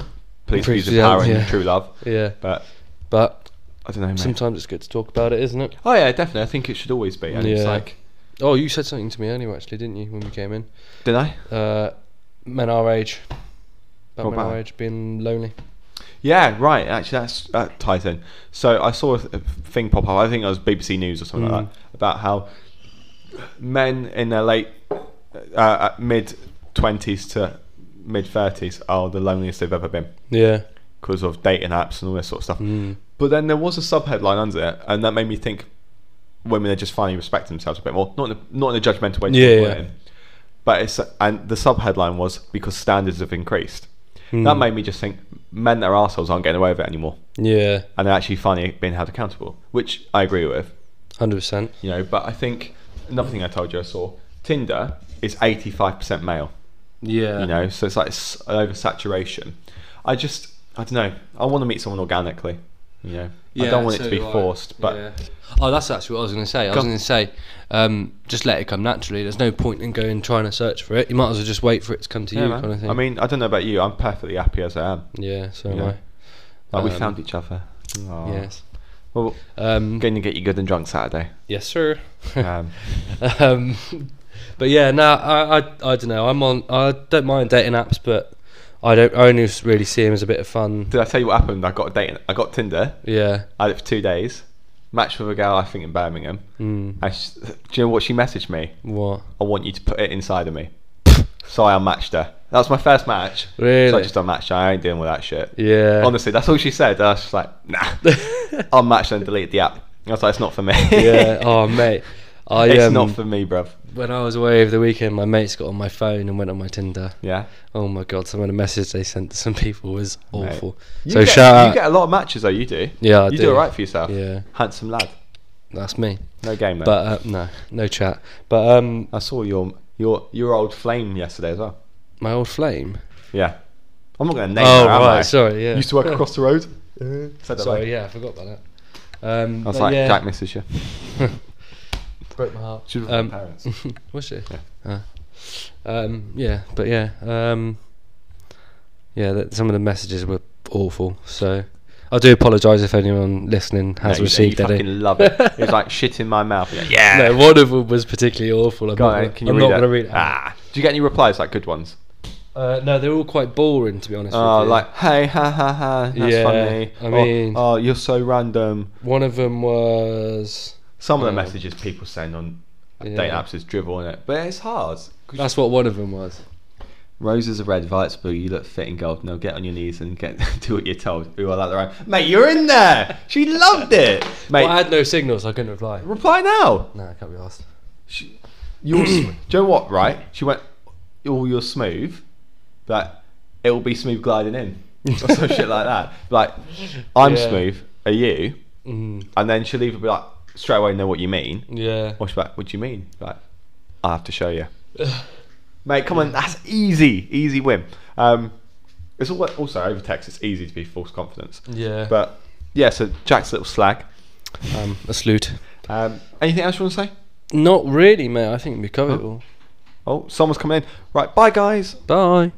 [SPEAKER 2] police abuse
[SPEAKER 1] Police
[SPEAKER 2] of power
[SPEAKER 1] brutality,
[SPEAKER 2] and
[SPEAKER 1] yeah.
[SPEAKER 2] true love,
[SPEAKER 1] yeah.
[SPEAKER 2] but
[SPEAKER 1] But
[SPEAKER 2] I don't know, mate.
[SPEAKER 1] sometimes it's good to talk about it, isn't it?
[SPEAKER 2] oh yeah, definitely. I think it should always be, and it's
[SPEAKER 1] Yeah.
[SPEAKER 2] like,
[SPEAKER 1] Oh, you said something to me earlier, actually, didn't you, when we came in?
[SPEAKER 2] did I?
[SPEAKER 1] Uh, men our age.
[SPEAKER 2] Not
[SPEAKER 1] About men our
[SPEAKER 2] bad.
[SPEAKER 1] age being lonely.
[SPEAKER 2] Yeah, right. Actually, that's that ties in. So I saw a th- a thing pop up. I think it was BBC News or something like
[SPEAKER 1] Mm.
[SPEAKER 2] that about how men in their late, uh, mid twenties to mid thirties are the loneliest they've ever been
[SPEAKER 1] Yeah.
[SPEAKER 2] because of dating apps and all this sort of stuff.
[SPEAKER 1] Mm.
[SPEAKER 2] But then there was a sub headline under it, and that made me think women are just finally respecting themselves a bit more. Not in a, not in a judgmental way. to
[SPEAKER 1] Yeah,
[SPEAKER 2] put
[SPEAKER 1] yeah.
[SPEAKER 2] it in. But it's and the sub headline was because standards have increased.
[SPEAKER 1] Mm.
[SPEAKER 2] That made me just think men that are assholes aren't getting away with it anymore,
[SPEAKER 1] Yeah,
[SPEAKER 2] and they're actually finally being held accountable, which I agree with.
[SPEAKER 1] hundred percent.
[SPEAKER 2] You know, but I think another thing I told you I saw Tinder is eighty five percent male.
[SPEAKER 1] Yeah.
[SPEAKER 2] You know, so it's like s- oversaturation. I just I don't know. I want to meet someone organically. You know, I don't want it to be forced, but.
[SPEAKER 1] Oh, that's actually what I was going to say. I was
[SPEAKER 2] Go-
[SPEAKER 1] going to say, um, just let it come naturally. There's no point in going trying to search for it. You might as well just wait for it to come to
[SPEAKER 2] Yeah,
[SPEAKER 1] you,
[SPEAKER 2] man.
[SPEAKER 1] kind of thing.
[SPEAKER 2] I mean, I don't know about you. I'm perfectly happy as I am.
[SPEAKER 1] yeah, so
[SPEAKER 2] Yeah.
[SPEAKER 1] am
[SPEAKER 2] Like we
[SPEAKER 1] Um,
[SPEAKER 2] found each other.
[SPEAKER 1] I.
[SPEAKER 2] Aw.
[SPEAKER 1] Yes.
[SPEAKER 2] Well,
[SPEAKER 1] Um,
[SPEAKER 2] I'm going to get you good and drunk Saturday.
[SPEAKER 1] yes, sir.
[SPEAKER 2] Um,
[SPEAKER 1] um, But yeah, no, I, I, I don't know. I'm on. I don't mind dating apps, but I don't. I only really see them as a bit of fun.
[SPEAKER 2] Did I tell you what happened? I got a date. I got Tinder.
[SPEAKER 1] Yeah.
[SPEAKER 2] I had it for two days. Matched with a girl I think in Birmingham.
[SPEAKER 1] Mm,
[SPEAKER 2] And she, do you know what she messaged me?
[SPEAKER 1] what?
[SPEAKER 2] I want you to put it inside of me. so I unmatched her. That was my first match. So I
[SPEAKER 1] Really?
[SPEAKER 2] just unmatched her. I ain't dealing with that shit.
[SPEAKER 1] Yeah.
[SPEAKER 2] Honestly, that's all she said. And I was just like, nah. unmatched and delete the app. I was like, it's not for me.
[SPEAKER 1] yeah. Oh, mate. I
[SPEAKER 2] it's
[SPEAKER 1] um,
[SPEAKER 2] not for me, bruv.
[SPEAKER 1] when I was away over the weekend, my mates got on my phone and went on my Tinder.
[SPEAKER 2] Yeah.
[SPEAKER 1] Oh my god! Some of the messages they sent to some people was
[SPEAKER 2] Mate.
[SPEAKER 1] awful.
[SPEAKER 2] You
[SPEAKER 1] so
[SPEAKER 2] get,
[SPEAKER 1] shout
[SPEAKER 2] you
[SPEAKER 1] out.
[SPEAKER 2] get a lot of matches though. You do.
[SPEAKER 1] Yeah, I
[SPEAKER 2] you do.
[SPEAKER 1] do.
[SPEAKER 2] all right for yourself.
[SPEAKER 1] Yeah.
[SPEAKER 2] Handsome lad.
[SPEAKER 1] That's me.
[SPEAKER 2] No game though.
[SPEAKER 1] But uh, no, no chat. But um,
[SPEAKER 2] I saw your your your old flame yesterday as well.
[SPEAKER 1] my old flame.
[SPEAKER 2] Yeah. I'm not going to name
[SPEAKER 1] oh
[SPEAKER 2] her, am I?
[SPEAKER 1] right, sorry. Yeah.
[SPEAKER 2] Used to work across the road. Uh, said that
[SPEAKER 1] Sorry,
[SPEAKER 2] way.
[SPEAKER 1] yeah, I forgot about that. Um,
[SPEAKER 2] I was
[SPEAKER 1] but
[SPEAKER 2] like,
[SPEAKER 1] yeah, Um,
[SPEAKER 2] Jack misses you.
[SPEAKER 1] broke my heart.
[SPEAKER 2] Should
[SPEAKER 1] Um,
[SPEAKER 2] parents.
[SPEAKER 1] Was she?
[SPEAKER 2] Yeah.
[SPEAKER 1] Ah. um, yeah, but yeah, um, yeah. That, some of the messages were awful. So I do apologise if anyone listening has
[SPEAKER 2] no,
[SPEAKER 1] received
[SPEAKER 2] you, you
[SPEAKER 1] any.
[SPEAKER 2] fucking love it. It was like shit in my mouth. You're like, yeah.
[SPEAKER 1] No, one of them was particularly awful. I'm
[SPEAKER 2] Go
[SPEAKER 1] not,
[SPEAKER 2] on,
[SPEAKER 1] gonna-
[SPEAKER 2] can you
[SPEAKER 1] I'm
[SPEAKER 2] read
[SPEAKER 1] not
[SPEAKER 2] it?
[SPEAKER 1] gonna read it. out.
[SPEAKER 2] Ah. Do you get any replies like good ones?
[SPEAKER 1] Uh, no, they're all quite boring, to be honest.
[SPEAKER 2] Oh,
[SPEAKER 1] with you.
[SPEAKER 2] like hey, ha ha ha. That's
[SPEAKER 1] Yeah,
[SPEAKER 2] funny.
[SPEAKER 1] I
[SPEAKER 2] Or,
[SPEAKER 1] mean-
[SPEAKER 2] oh, you're so random.
[SPEAKER 1] one of them was.
[SPEAKER 2] Some of the
[SPEAKER 1] Oh.
[SPEAKER 2] messages people send on
[SPEAKER 1] Yeah.
[SPEAKER 2] date apps is drivel in it, but it's hard. 'cause
[SPEAKER 1] That's what one of them was.
[SPEAKER 2] Roses are red, violets blue. You look fit in gold. Now get on your knees and get do what you're told. Ooh, I like the rhyme. Mate, you're in there. She loved it. Mate,
[SPEAKER 1] Well, I had no signals. I couldn't reply.
[SPEAKER 2] reply now.
[SPEAKER 1] No, I can't be asked.
[SPEAKER 2] She, you're sm- do you know what? Right? She went, "Oh, you're smooth, but it'll be smooth gliding in." or some shit like that. Like, I'm
[SPEAKER 1] Yeah.
[SPEAKER 2] smooth. Are you?
[SPEAKER 1] Mm,
[SPEAKER 2] And then she'll either be like, straight away know what you mean,
[SPEAKER 1] yeah.
[SPEAKER 2] or she'll be like, "What do you mean?" Like, I have to show you. Mate, come on, that's easy, easy win. Um, it's al- also over text. It's easy to be false confidence,
[SPEAKER 1] Yeah.
[SPEAKER 2] but yeah. So Jack's a little slag.
[SPEAKER 1] um, a sleut.
[SPEAKER 2] Um, anything else you want to say?
[SPEAKER 1] Not really, mate. I think we covered it all.
[SPEAKER 2] Oh, someone's coming in. Right, bye guys.
[SPEAKER 1] Bye.